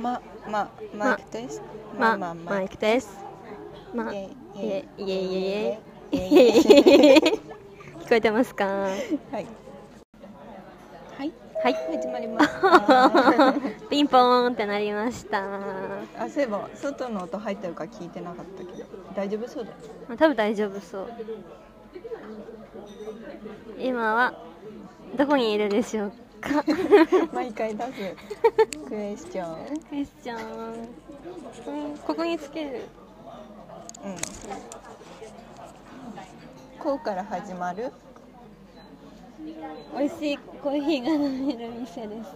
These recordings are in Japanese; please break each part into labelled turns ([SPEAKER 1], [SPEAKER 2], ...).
[SPEAKER 1] ま、ま、マイクです。
[SPEAKER 2] ま、
[SPEAKER 1] ま、
[SPEAKER 2] マ
[SPEAKER 1] マイ
[SPEAKER 2] イ
[SPEAKER 1] ク。
[SPEAKER 2] クです。ま、
[SPEAKER 1] イ
[SPEAKER 2] い
[SPEAKER 1] エイ
[SPEAKER 2] えいえいえい
[SPEAKER 1] イ
[SPEAKER 2] えい
[SPEAKER 1] エイ
[SPEAKER 2] えいえ
[SPEAKER 1] イエイ
[SPEAKER 2] いえ 聞こえてますかは
[SPEAKER 1] はい。はい。
[SPEAKER 2] い。
[SPEAKER 1] 始まりました。
[SPEAKER 2] ピンポーンってなりました。
[SPEAKER 1] あ、そういえば、外の音入ってるか聞いてなかったけど、大丈夫そうだよ。
[SPEAKER 2] まあ多分大丈夫そう。今は、どこにいるでしょうか
[SPEAKER 1] 毎回出す。クエスチョン。
[SPEAKER 2] クエスチョン。うんここにつける。
[SPEAKER 1] うん。こうから始まる。
[SPEAKER 2] 美味しいコーヒーが飲める店です。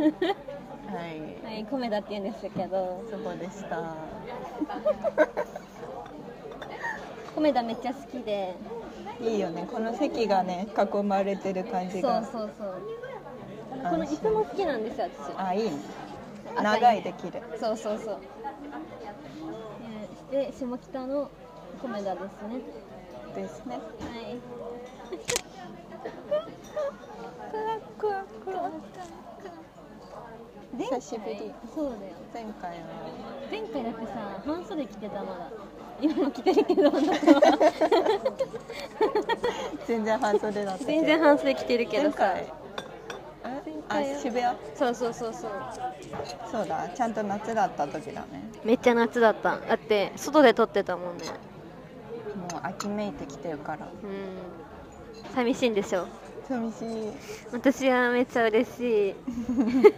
[SPEAKER 1] はい。
[SPEAKER 2] はい、米田って言うんですけど、
[SPEAKER 1] そこでした。
[SPEAKER 2] 米田めっちゃ好きで、
[SPEAKER 1] いいよね。この席がね、囲まれてる感じ
[SPEAKER 2] そう
[SPEAKER 1] が。
[SPEAKER 2] そうそう。
[SPEAKER 1] 安心
[SPEAKER 2] この椅子も好きなんですよ、私。
[SPEAKER 1] あ、いいね。
[SPEAKER 2] 赤いね
[SPEAKER 1] 長いできる。
[SPEAKER 2] そうそうそう。で、下北の米田ですね。
[SPEAKER 1] ですね。
[SPEAKER 2] はい。
[SPEAKER 1] 久しぶり。
[SPEAKER 2] そうだよ。
[SPEAKER 1] 前回は
[SPEAKER 2] 前回だってさ、半袖着てたまだ。今も着てるけど。
[SPEAKER 1] 全然半袖だったけど
[SPEAKER 2] 全然半袖着てるけど
[SPEAKER 1] 前
[SPEAKER 2] さ。
[SPEAKER 1] 回あ
[SPEAKER 2] 回
[SPEAKER 1] あ渋谷
[SPEAKER 2] そうそうそうそう。
[SPEAKER 1] そうだちゃんと夏だった時だね
[SPEAKER 2] めっちゃ夏だった。だって外で撮ってたもんね。
[SPEAKER 1] もう秋めいてきてるから
[SPEAKER 2] うん。寂しいんでしょ。
[SPEAKER 1] 寂しい
[SPEAKER 2] 私はめっちゃ嬉しい。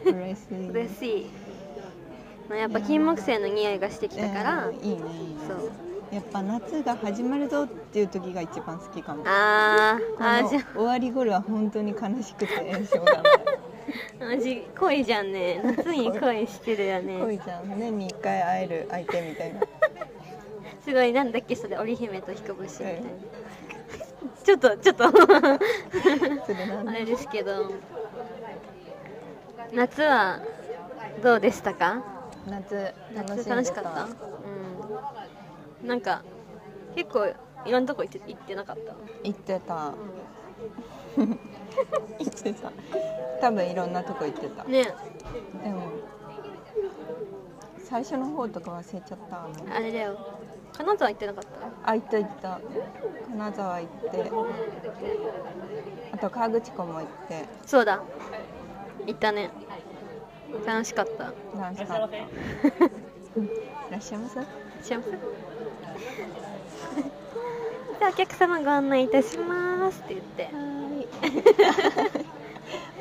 [SPEAKER 1] 嬉しい
[SPEAKER 2] 嬉しい。まあやっぱ金木犀の匂いがしてきたから
[SPEAKER 1] え。ーいいねいいね
[SPEAKER 2] そう。
[SPEAKER 1] やっぱ夏が始まるぞっていう時が一番好きかも
[SPEAKER 2] あ
[SPEAKER 1] こ
[SPEAKER 2] ー
[SPEAKER 1] の
[SPEAKER 2] あーじゃ
[SPEAKER 1] 終わり頃は本当に悲しくて しょうがない
[SPEAKER 2] マジ恋じゃんね夏に恋してるよね
[SPEAKER 1] 恋じゃん年に1回会える相手みたいな
[SPEAKER 2] すごいなんだっけそれ織姫と彦星みたいな、
[SPEAKER 1] うん
[SPEAKER 2] ちょっとちょっと
[SPEAKER 1] それなんだ
[SPEAKER 2] あれですけど夏はどうでしたか
[SPEAKER 1] 夏楽しんで
[SPEAKER 2] 夏楽しかったうんなんか結構いろんなとこ行って行ってなかった
[SPEAKER 1] 行ってた行ってた多分いろんなとこ行ってた、
[SPEAKER 2] ね
[SPEAKER 1] でも最初の方とか忘れちゃったわね
[SPEAKER 2] あれだよ金沢行ってなかっ
[SPEAKER 1] あ行った行った金沢行ってあと河口湖も行って
[SPEAKER 2] たそうだ行ったね楽しかった
[SPEAKER 1] 楽しかったいらっしゃいませ
[SPEAKER 2] 幸せ じゃあお客様ご案内いたしますって言って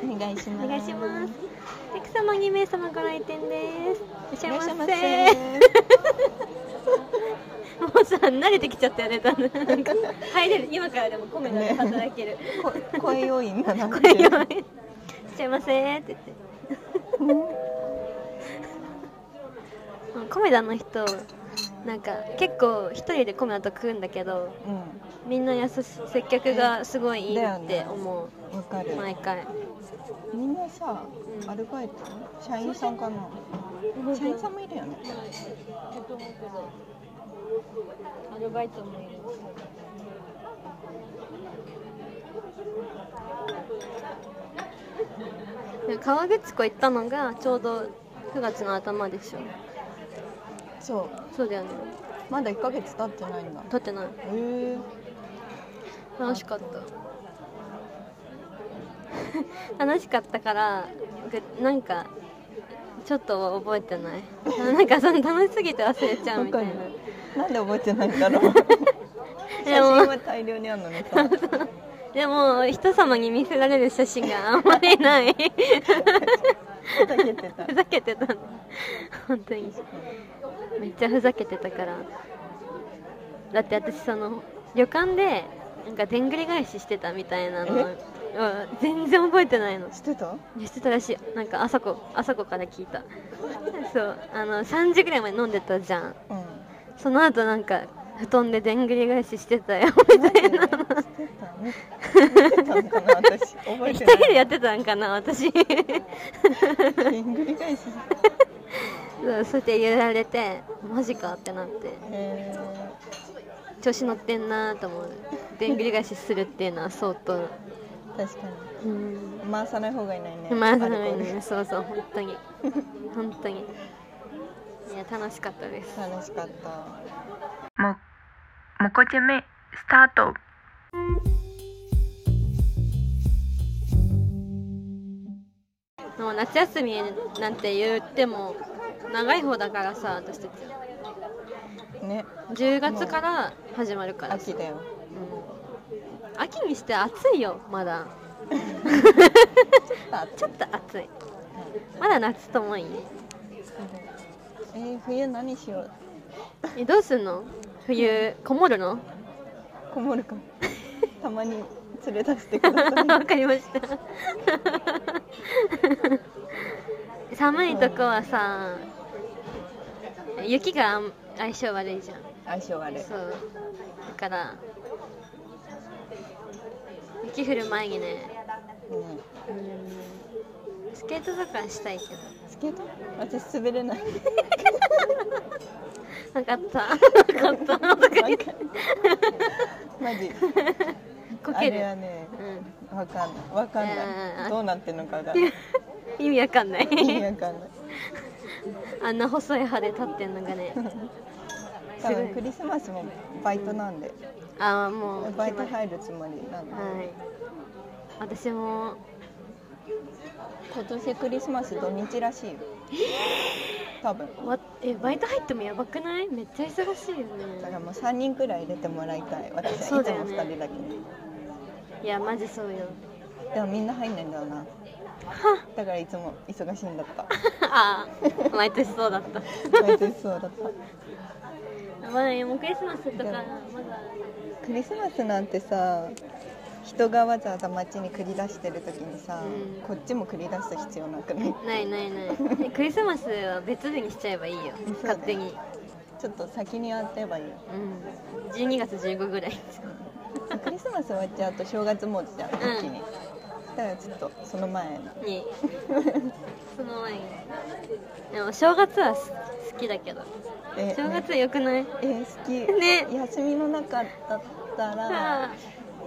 [SPEAKER 1] お願いします
[SPEAKER 2] お願いしますお客様2名様ご来店ですい
[SPEAKER 1] いら
[SPEAKER 2] らっ
[SPEAKER 1] っ
[SPEAKER 2] し
[SPEAKER 1] しゃ
[SPEAKER 2] ゃい
[SPEAKER 1] い
[SPEAKER 2] ま
[SPEAKER 1] ま
[SPEAKER 2] せ
[SPEAKER 1] せ
[SPEAKER 2] もうさ慣れてきちゃったよねだんだんなんか入れる今からでも米ので働ける
[SPEAKER 1] こ声要員だなっ
[SPEAKER 2] こ
[SPEAKER 1] て
[SPEAKER 2] れよいらっしゃいませって言ってうん米田の人なんか結構一人で米田と食うんだけど
[SPEAKER 1] う
[SPEAKER 2] みんな優しい接客がすごいいいって思
[SPEAKER 1] んわか
[SPEAKER 2] う
[SPEAKER 1] る
[SPEAKER 2] 毎回
[SPEAKER 1] みんなさ
[SPEAKER 2] うん
[SPEAKER 1] アルバイト社員さんかな社員さんもいるよね
[SPEAKER 2] アルバイトもいる川口湖行ったのがちょうど9月の頭でしょ
[SPEAKER 1] そう
[SPEAKER 2] そうだよね
[SPEAKER 1] まだ1ヶ月経ってないんだ
[SPEAKER 2] 撮ってない
[SPEAKER 1] へえ
[SPEAKER 2] 楽しかった楽しかったからぐなんかちょっとは覚えてないなんかその楽しすぎて忘れちゃうみたいな
[SPEAKER 1] わかなん で覚えてないんだろう写
[SPEAKER 2] で
[SPEAKER 1] 真
[SPEAKER 2] も
[SPEAKER 1] は大量にあるのにさ
[SPEAKER 2] でも人様に見せられる写真があんまりない
[SPEAKER 1] ふざけてた
[SPEAKER 2] ふざけてたの本当にめっちゃふざけてたからだって私その旅館でなんかでんぐり返ししてたみたいなのを
[SPEAKER 1] え
[SPEAKER 2] 全然覚えてないの
[SPEAKER 1] してた
[SPEAKER 2] してたらしいなんか朝子朝子から聞いたそうあの3時ぐらいまで飲んでたじゃん
[SPEAKER 1] うん
[SPEAKER 2] その後なんか布団ででんぐり返ししてたよ
[SPEAKER 1] マジでしてた見見てたのかな 私覚え
[SPEAKER 2] 一
[SPEAKER 1] て
[SPEAKER 2] 人で
[SPEAKER 1] な
[SPEAKER 2] やっ
[SPEAKER 1] い
[SPEAKER 2] てたんかな私
[SPEAKER 1] でんぐり返し
[SPEAKER 2] そうそうやって言られてマジかってなって
[SPEAKER 1] え
[SPEAKER 2] 調子乗ってんなと思うでんぐり返しするっていうのは相当
[SPEAKER 1] 確か
[SPEAKER 2] うん
[SPEAKER 1] に回さない方がいないね
[SPEAKER 2] まあそう
[SPEAKER 1] アルコール
[SPEAKER 2] ねそうそう本当 に本当にいや楽しかったです
[SPEAKER 1] 楽しかった
[SPEAKER 3] も、もこちめ、スタート。
[SPEAKER 2] もう夏休みなんて言っても長い方だからさ私たち
[SPEAKER 1] ね
[SPEAKER 2] 10月から始まるからさ
[SPEAKER 1] 秋だよ
[SPEAKER 2] うん秋にして暑いよまだ
[SPEAKER 1] あ
[SPEAKER 2] ちょっと暑いまだ夏ともいいね
[SPEAKER 1] えー冬何しよう
[SPEAKER 2] えどうすんの冬こもるの
[SPEAKER 1] こもる かたまに連れ出してください
[SPEAKER 2] わかりました 寒いとこはさ雪があん相性悪いじゃん
[SPEAKER 1] 相性悪い
[SPEAKER 2] そうだから雪降る前にね
[SPEAKER 1] ね
[SPEAKER 2] うんスケートとかしたいけど
[SPEAKER 1] スケート私滑れない
[SPEAKER 2] 分かった分かったとか言って
[SPEAKER 1] マジ
[SPEAKER 2] こ
[SPEAKER 1] あ
[SPEAKER 2] け
[SPEAKER 1] れは
[SPEAKER 2] る、
[SPEAKER 1] ね
[SPEAKER 2] う
[SPEAKER 1] わかんないわかん
[SPEAKER 2] うんうん
[SPEAKER 1] な
[SPEAKER 2] うん
[SPEAKER 1] いどうなってんのかが 意
[SPEAKER 2] ん、意味わかんない
[SPEAKER 1] 味わかんない
[SPEAKER 2] あんな細い歯で立ってんのがね
[SPEAKER 1] 多
[SPEAKER 2] す
[SPEAKER 1] 分
[SPEAKER 2] ごい
[SPEAKER 1] クリスマスもバイトなんで
[SPEAKER 2] ああもう
[SPEAKER 1] バイ
[SPEAKER 2] 決ま
[SPEAKER 1] ト
[SPEAKER 2] り
[SPEAKER 1] 入るつもりなんで
[SPEAKER 2] はい私も
[SPEAKER 1] 今年クリスマス土日らしいよ多分
[SPEAKER 2] わえバイト入ってもやばくないめっちゃ忙しいよ
[SPEAKER 1] だから
[SPEAKER 2] ね
[SPEAKER 1] もう3人くらい入れてもらいたい私
[SPEAKER 2] そ
[SPEAKER 1] は
[SPEAKER 2] う
[SPEAKER 1] いつ
[SPEAKER 2] だ
[SPEAKER 1] も
[SPEAKER 2] よね
[SPEAKER 1] 2人だけど
[SPEAKER 2] いやマジそうよ
[SPEAKER 1] でもみんな入んないんだよなだからいつも忙しいんだ った
[SPEAKER 2] ああ毎年そうだった
[SPEAKER 1] 毎年そうだった
[SPEAKER 2] まあもうクリスマスとかまだ
[SPEAKER 1] クリスマスなんてさ人がわざわざ街に繰り出してる時にさ、
[SPEAKER 2] うん
[SPEAKER 1] こっちも繰り出す必要なくない
[SPEAKER 2] ないないない クリスマスは別日にしちゃえばいいよ
[SPEAKER 1] そうだね
[SPEAKER 2] 勝手に
[SPEAKER 1] ちょっと先にやってばいいよ
[SPEAKER 2] うん12月15ぐらい
[SPEAKER 1] クリスマス終わっちゃうと正月もうじゃん
[SPEAKER 2] ん
[SPEAKER 1] 一気に、だからちょっとその前の
[SPEAKER 2] にその前にでも正月はす好きだけど
[SPEAKER 1] で
[SPEAKER 2] 正月よくない
[SPEAKER 1] えー好き、
[SPEAKER 2] ね
[SPEAKER 1] 休みの中だったら
[SPEAKER 2] さあ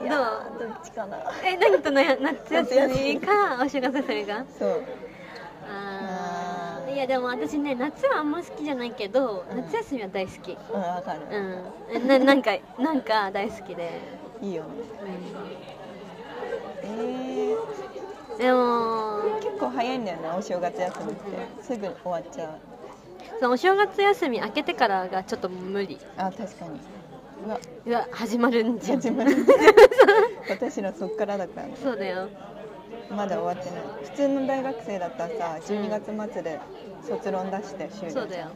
[SPEAKER 1] い
[SPEAKER 2] ど
[SPEAKER 1] や
[SPEAKER 2] う
[SPEAKER 1] どっちかな
[SPEAKER 2] え何とな夏休みかお正月それが
[SPEAKER 1] そう
[SPEAKER 2] あ
[SPEAKER 1] あ
[SPEAKER 2] ー
[SPEAKER 1] ー
[SPEAKER 2] いやでも私ね夏はあんま好きじゃないけど、
[SPEAKER 1] うん
[SPEAKER 2] 夏休みは大好き
[SPEAKER 1] うんわかる、
[SPEAKER 2] うんえななんかなんか大好きで、
[SPEAKER 1] いいよねえー、
[SPEAKER 2] でも
[SPEAKER 1] 結構早いんだよねお正月休みって、すぐ終わっちゃう
[SPEAKER 2] そのお正月休み明けてからがちょっと無理
[SPEAKER 1] あ確かにうわ
[SPEAKER 2] うわ始まるんじゃん
[SPEAKER 1] 始 まる私らそっからだからね
[SPEAKER 2] そうだよ
[SPEAKER 1] まだ終わってない普通の大学生だったらさ
[SPEAKER 2] うん
[SPEAKER 1] 12月末で卒論出して終了
[SPEAKER 2] そうだよ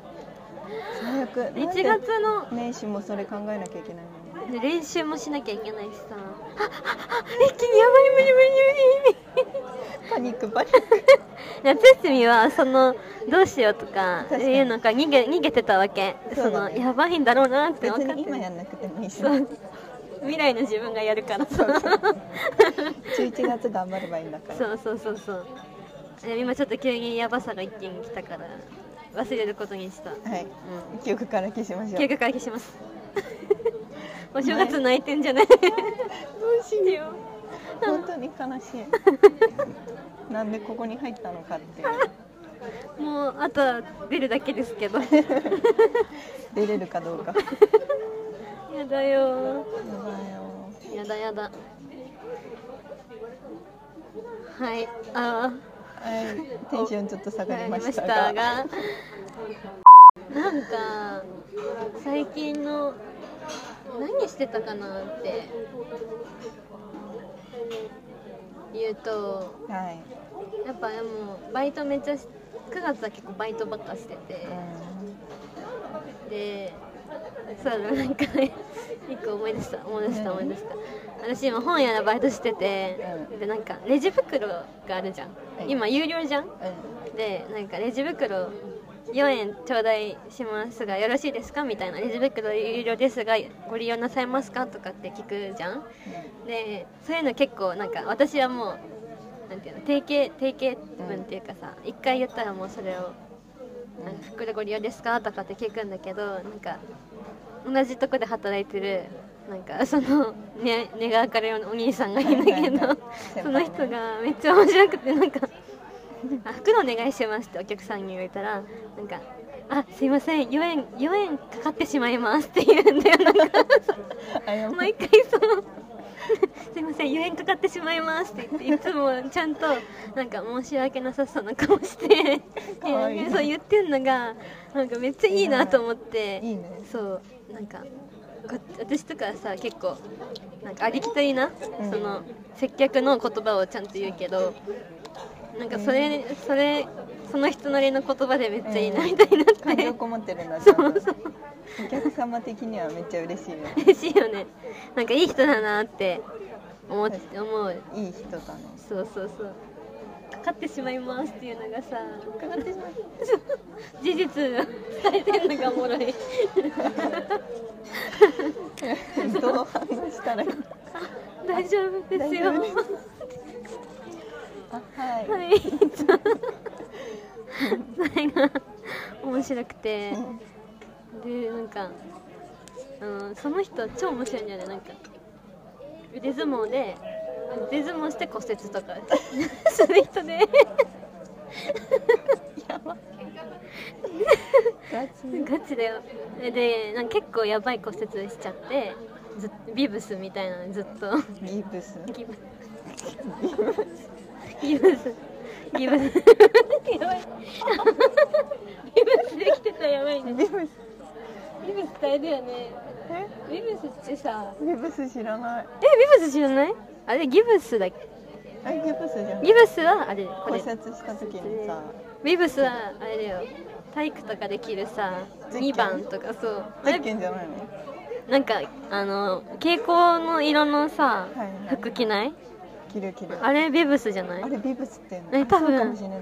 [SPEAKER 1] 最悪
[SPEAKER 2] 1
[SPEAKER 1] なんで
[SPEAKER 2] 月の
[SPEAKER 1] 年始もそれ考えなきゃいけないのに
[SPEAKER 2] で練習もしなきゃいけないしさあああ一気にやばい無理無理無理無理
[SPEAKER 1] パニックパニック
[SPEAKER 2] 夏休みはそのどうしようとか
[SPEAKER 1] 確かに
[SPEAKER 2] いうのか逃げ逃げてたわけそ,、
[SPEAKER 1] そうだ
[SPEAKER 2] の
[SPEAKER 1] ね
[SPEAKER 2] やばいんだろうなって
[SPEAKER 1] 別
[SPEAKER 2] 分かって
[SPEAKER 1] に
[SPEAKER 2] る
[SPEAKER 1] 今やんなくてもいいし
[SPEAKER 2] そう未来の自分がやるから
[SPEAKER 1] そ
[SPEAKER 2] そう う
[SPEAKER 1] そう11月頑張ればいいんだから
[SPEAKER 2] そうそうそうそうで今ちょっと急にやばさが一気に来たから忘れることにしたうん
[SPEAKER 1] はい記憶から消しましょう
[SPEAKER 2] 計画回避しますお正月泣いてんじゃない
[SPEAKER 1] どうしよう本当に悲しいなんでここに入ったのかっていう
[SPEAKER 2] もうあとは出るだけですけどや
[SPEAKER 1] 出れるかどうかや
[SPEAKER 2] だよ
[SPEAKER 1] ばいよ
[SPEAKER 2] やだやだはいあ
[SPEAKER 1] はいテンションちょっと下
[SPEAKER 2] あ
[SPEAKER 1] が
[SPEAKER 2] や
[SPEAKER 1] り
[SPEAKER 2] り
[SPEAKER 1] ま
[SPEAKER 2] まし
[SPEAKER 1] した
[SPEAKER 2] た
[SPEAKER 1] が
[SPEAKER 2] がなんか最近の何してたかなって言うと
[SPEAKER 1] はい、
[SPEAKER 2] やっぱでもバイトめっちゃし9月は結構バイトばっかしててでそうだなんかね 一個思い出した思い出した
[SPEAKER 1] 何
[SPEAKER 2] 思い出した私今本屋のバイトしてて、
[SPEAKER 1] うん
[SPEAKER 2] でなんかレジ袋があるじゃん、
[SPEAKER 1] うん
[SPEAKER 2] 今有料じゃん
[SPEAKER 1] う
[SPEAKER 2] でなんかレジ袋4円頂戴しますがよろしいですかみたいなレジ袋有料ですがご利用なさいますかとかって聞くじゃんでそういうの結構なんか私はもうなんていうの定型定型文っていうかさ一、回言ったらもうそれ
[SPEAKER 1] ん
[SPEAKER 2] をなんか袋ご利用ですかとかって聞くんだけどなんか同じとこで働いてるなんかそのね根が明るいお兄さんがいるんだけど、
[SPEAKER 1] はいはい
[SPEAKER 2] その人がめっちゃ面白くてなんかあ「袋お願いします」ってお客さんに言われたらなんか「あすいません4円4円かかってしまいます」って言うんだよなん か
[SPEAKER 1] 謝
[SPEAKER 2] 毎回その「 すいません4円かかってしまいます」って言っていつもちゃんとなんか申し訳なさそうな顔して
[SPEAKER 1] かわいいね
[SPEAKER 2] そう言ってんのがなんかめっちゃいいなと思って。
[SPEAKER 1] いいね
[SPEAKER 2] そうなんかこ私とかさ結構なんかありきたりな、
[SPEAKER 1] ん
[SPEAKER 2] その接客の言葉をちゃんと言うけどなんかそれ、それその人なりの言葉でめっちゃいいな
[SPEAKER 1] うん
[SPEAKER 2] みたいになって、
[SPEAKER 1] 感情こもってるんだちゃんとお客様的にはめっちゃ嬉しいよ
[SPEAKER 2] 嬉しいよねなんかいい人だなって思って思う
[SPEAKER 1] いい人だね
[SPEAKER 2] そうそうそうかかってしまいますっていうのがさ
[SPEAKER 1] かかってしまう
[SPEAKER 2] 事実伝えてるのがおもろい
[SPEAKER 1] どう反応したら いい
[SPEAKER 2] 大丈夫ですよ
[SPEAKER 1] 大丈夫あはい、
[SPEAKER 2] はい、 それが面白くて
[SPEAKER 1] うん
[SPEAKER 2] でなんか、うん、その人超面白いんだよねなんか腕相撲で腕相撲して骨折とか する人で
[SPEAKER 1] やばガチ
[SPEAKER 2] ガチだよでなんか結構やばい骨折しちゃってずっビブスみたいなのずっと
[SPEAKER 1] ギブス
[SPEAKER 2] ギブギブスギブスやばいギブスできてたらやばいね
[SPEAKER 1] ギブス
[SPEAKER 2] ビブスってあれだよね
[SPEAKER 1] え
[SPEAKER 2] ビブスってさ
[SPEAKER 1] ギブス知らない
[SPEAKER 2] えビブス知らないあれギブスだっけ
[SPEAKER 1] あギブスじゃん
[SPEAKER 2] ギブスはあれこ
[SPEAKER 1] 骨
[SPEAKER 2] れ
[SPEAKER 1] 折した時にさ
[SPEAKER 2] ビブスはあれだよ体育とかできるさ
[SPEAKER 1] ゼッケン
[SPEAKER 2] 2番とかそうあ
[SPEAKER 1] ゼ
[SPEAKER 2] れ
[SPEAKER 1] ッケンじゃないの
[SPEAKER 2] なんかあの蛍光の色のさ
[SPEAKER 1] はいはい
[SPEAKER 2] 服着ない
[SPEAKER 1] 着る着る
[SPEAKER 2] あれビブスじゃない
[SPEAKER 1] あれビブスって言
[SPEAKER 2] え
[SPEAKER 1] うの
[SPEAKER 2] 多
[SPEAKER 1] あ
[SPEAKER 2] 分
[SPEAKER 1] そうかもしれない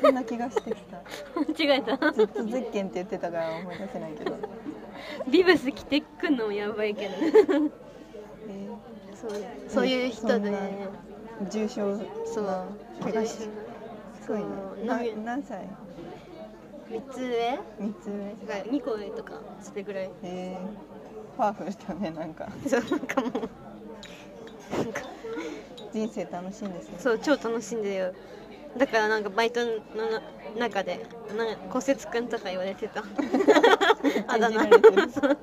[SPEAKER 1] そんな気がしてきた
[SPEAKER 2] 間 違えた
[SPEAKER 1] ずっとゼッケンって言ってたから思い出せないけど、
[SPEAKER 2] ビブス着てくんのもやばいけどね
[SPEAKER 1] え
[SPEAKER 2] そうそういう人で
[SPEAKER 1] そんなー重傷
[SPEAKER 2] そう
[SPEAKER 1] な怪我してす
[SPEAKER 2] そ
[SPEAKER 1] ご
[SPEAKER 2] う
[SPEAKER 1] いねな
[SPEAKER 2] なんか
[SPEAKER 1] 何歳
[SPEAKER 2] 3つ上
[SPEAKER 1] 三つ上
[SPEAKER 2] だから2個上とかそれぐらい
[SPEAKER 1] えー、パワフルだねなんか
[SPEAKER 2] そうなんかもうなんか
[SPEAKER 1] 人生楽しいんですね
[SPEAKER 2] そう超楽しんでるよだからなんかバイトの中でなんか骨折くんとか言われてたあだ名
[SPEAKER 1] いじられてる
[SPEAKER 2] そう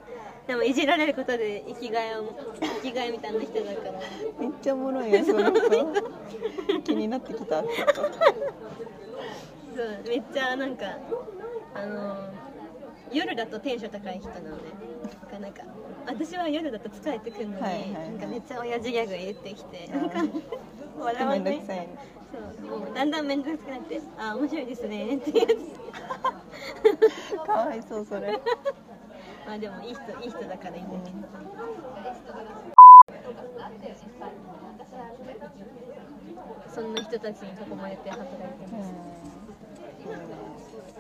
[SPEAKER 2] でもいじられることで生きがいを生きがいみたいな人だから
[SPEAKER 1] めっちゃおもろいよその人気になってきた ちょっと
[SPEAKER 2] そうめっちゃなんかあの夜だとテンション高い人なのねだからなんか私は夜だと疲れてくるのに、
[SPEAKER 1] はいはいはい
[SPEAKER 2] なんかめっちゃ親父ギャグ言ってきてなんか
[SPEAKER 1] あー
[SPEAKER 2] 笑わ
[SPEAKER 1] めん
[SPEAKER 2] な
[SPEAKER 1] ど
[SPEAKER 2] い
[SPEAKER 1] くさいね
[SPEAKER 2] そうもうだんだん面倒くさくなってあー面白いですねっていう
[SPEAKER 1] かわいそうそれ
[SPEAKER 2] まあでもいい人いい人だからいいんだけど。そんな人たちに囲まれて働いて
[SPEAKER 1] うん
[SPEAKER 2] ます。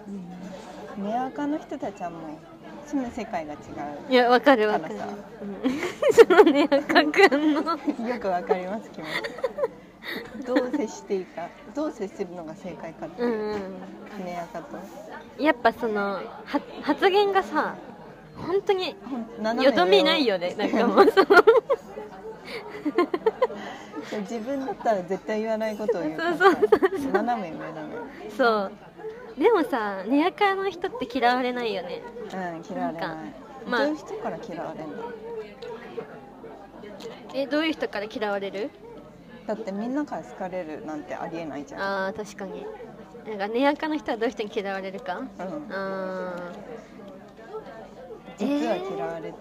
[SPEAKER 1] うんメアカの人たちはもう住む世界が違
[SPEAKER 2] いやわかる
[SPEAKER 1] わ
[SPEAKER 2] わ
[SPEAKER 1] か
[SPEAKER 2] か
[SPEAKER 1] る
[SPEAKER 2] る。そのね赤くんの
[SPEAKER 1] うよくわかります気持ちどう接していいかどう接するのが正解かって
[SPEAKER 2] う
[SPEAKER 1] い
[SPEAKER 2] ん
[SPEAKER 1] う、
[SPEAKER 2] うん
[SPEAKER 1] メアカと
[SPEAKER 2] やっぱそのは発言がさ本当に
[SPEAKER 1] ほん斜め
[SPEAKER 2] よどみないよ ねなんかもうその
[SPEAKER 1] 自分だったら絶対言わないことを言うから
[SPEAKER 2] そう
[SPEAKER 1] さ斜め上なのよ
[SPEAKER 2] そうでもさ根垢の人って嫌われないよね
[SPEAKER 1] うん嫌われな
[SPEAKER 2] な
[SPEAKER 1] んい
[SPEAKER 2] かまあ
[SPEAKER 1] どういう人から嫌われるの
[SPEAKER 2] えどういう人から嫌われる
[SPEAKER 1] だってみんなから好かれるなんてありえないじゃん
[SPEAKER 2] あー確かになんか根垢の人はどういう人に嫌われるか
[SPEAKER 1] うん
[SPEAKER 2] あ
[SPEAKER 1] 実は嫌われてる、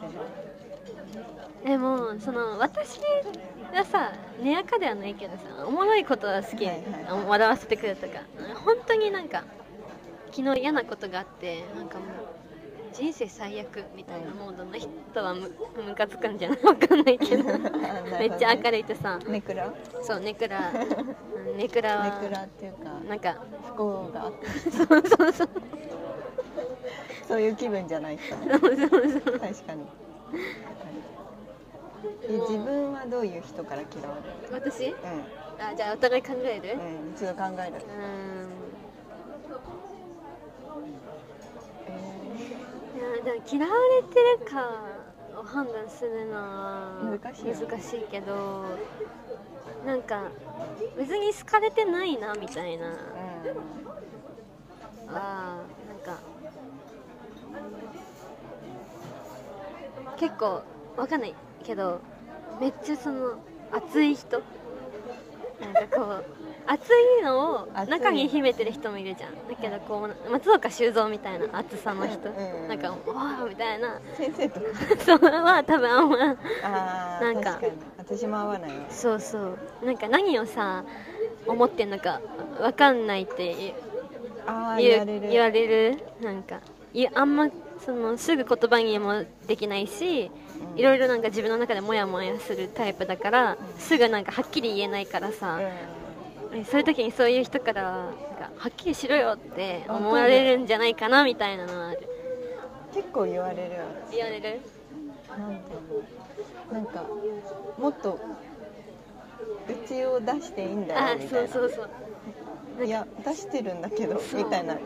[SPEAKER 2] ーでもその私はさ根垢ではないけどさおもろいことは好き、
[SPEAKER 1] はいはい
[SPEAKER 2] あ笑わせてくれるとか本当になんか昨日嫌なことがあってなんかもう人生最悪みたいなモードの人はむムカつくんじゃないわかんないけ どめっちゃ明
[SPEAKER 1] い
[SPEAKER 2] るいとさ
[SPEAKER 1] ネクラ
[SPEAKER 2] そうネ クラうんネクラは
[SPEAKER 1] ネクラっていうか
[SPEAKER 2] なんか
[SPEAKER 1] 不幸があって
[SPEAKER 2] そうそうそう
[SPEAKER 1] そういう気分じゃない人ね
[SPEAKER 2] そうそうそう
[SPEAKER 1] 確かに、はいえ自分はどういう人から嫌われる
[SPEAKER 2] 私あじゃあお互い考える
[SPEAKER 1] うん、うん、ちょっと考える
[SPEAKER 2] うーんいやでも嫌われてるかを判断するのは
[SPEAKER 1] 難しいよね
[SPEAKER 2] 難しいけどなんか別に好かれてないなみたいなはなんか結構わかんないけどめっちゃその熱い人なんかこう熱いのを
[SPEAKER 1] 熱い
[SPEAKER 2] 中に秘めてる人もいるじゃんだけどこう松岡修造みたいな熱さの人
[SPEAKER 1] うん
[SPEAKER 2] なんか「わあ」みたいな
[SPEAKER 1] 先生とか
[SPEAKER 2] それは多分あんま
[SPEAKER 1] あ
[SPEAKER 2] な
[SPEAKER 1] あ
[SPEAKER 2] んか
[SPEAKER 1] 確かに私も合わないわ
[SPEAKER 2] そうそうなんか何をさ思ってんのかわかんないって言う
[SPEAKER 1] ああ言わ
[SPEAKER 2] 言う
[SPEAKER 1] れる
[SPEAKER 2] 言われるなんかいあんまそのすぐ言葉にもできないしいろいろなんか自分の中でモヤモヤするタイプだからすぐなんかはっきり言えないから
[SPEAKER 1] う
[SPEAKER 2] さ
[SPEAKER 1] ん、
[SPEAKER 2] えそういう時にそういう人からはなんかはっきりしろよって思われるんじゃないかなみたいなのはある
[SPEAKER 1] 結構言われるわ
[SPEAKER 2] 言われる
[SPEAKER 1] なんだろうなんかもっとうちを出していいんだ
[SPEAKER 2] あ
[SPEAKER 1] よみた
[SPEAKER 2] そ
[SPEAKER 1] いうな
[SPEAKER 2] そうそう
[SPEAKER 1] いや出してるんだけど
[SPEAKER 2] そう
[SPEAKER 1] みたいなな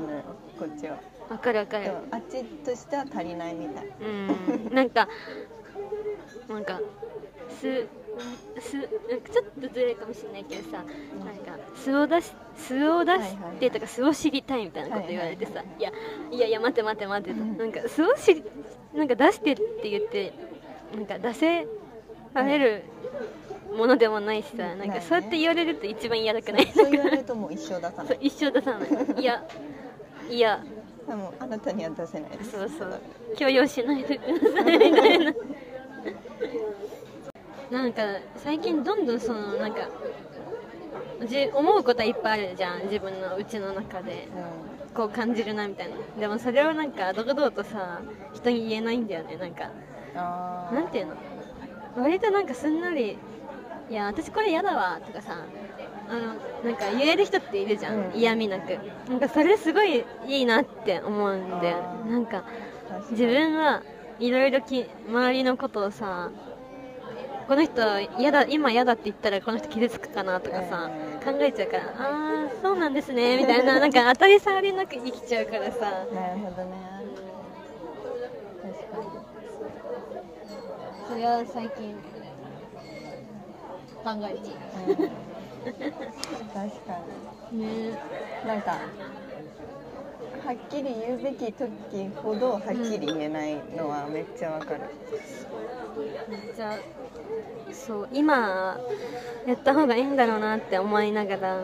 [SPEAKER 1] のよこっちは
[SPEAKER 2] わかるわか
[SPEAKER 1] で
[SPEAKER 2] る
[SPEAKER 1] もあっちとしては足りないみたい
[SPEAKER 2] うんなんかなんかすすなんかちょっとずれるかもしれないけどさなんか素を出し素を出してとか素を知りたいみたいなこと言われて
[SPEAKER 1] は
[SPEAKER 2] さ
[SPEAKER 1] いはい
[SPEAKER 2] いやいやいや待って待って待って
[SPEAKER 1] うん
[SPEAKER 2] なんか素を知りなんか出してって言ってなんか出せられるものでもないし
[SPEAKER 1] う
[SPEAKER 2] さ
[SPEAKER 1] ん
[SPEAKER 2] な
[SPEAKER 1] ないよ
[SPEAKER 2] んか
[SPEAKER 1] ね
[SPEAKER 2] そうやって言われると一番嫌だくない
[SPEAKER 1] そう言われるともう一生出さな
[SPEAKER 2] そう
[SPEAKER 1] い
[SPEAKER 2] 一生出さないいやいや
[SPEAKER 1] でもあなたには出せないです
[SPEAKER 2] そうそう強要しないでくださいみたいな なんか最近どんどんそのなんかじ思うことはいっぱいあるじゃん自分のうちの中で
[SPEAKER 1] う
[SPEAKER 2] こう感じるなみたいなでもそれをなんか堂々とさ人に言えないんだよねなんか
[SPEAKER 1] んあ
[SPEAKER 2] なんていうの割となんかすんなり「いや私これ嫌だわ」とかさあのなんか言える人っているじゃん、
[SPEAKER 1] うん
[SPEAKER 2] 嫌味なくなんかそれすごいいいなって思うんだよ
[SPEAKER 1] あー
[SPEAKER 2] なんか
[SPEAKER 1] ー
[SPEAKER 2] 自分はいろいろき周りのことをさこの人嫌だ今嫌だって言ったらこの人傷つくかなとかさ、
[SPEAKER 1] え
[SPEAKER 2] 考えちゃうからああそうなんですねみたいななんか当たり障りなく生きちゃうからさ
[SPEAKER 1] なるほどね確かに
[SPEAKER 2] それは最近考えて
[SPEAKER 1] うん確か
[SPEAKER 2] ね
[SPEAKER 1] になんかはっきり言うべき時ほどはっきり言えないのはめっちゃわ かる、
[SPEAKER 2] じゃあそう今やった方がいいんだろうなって思いながら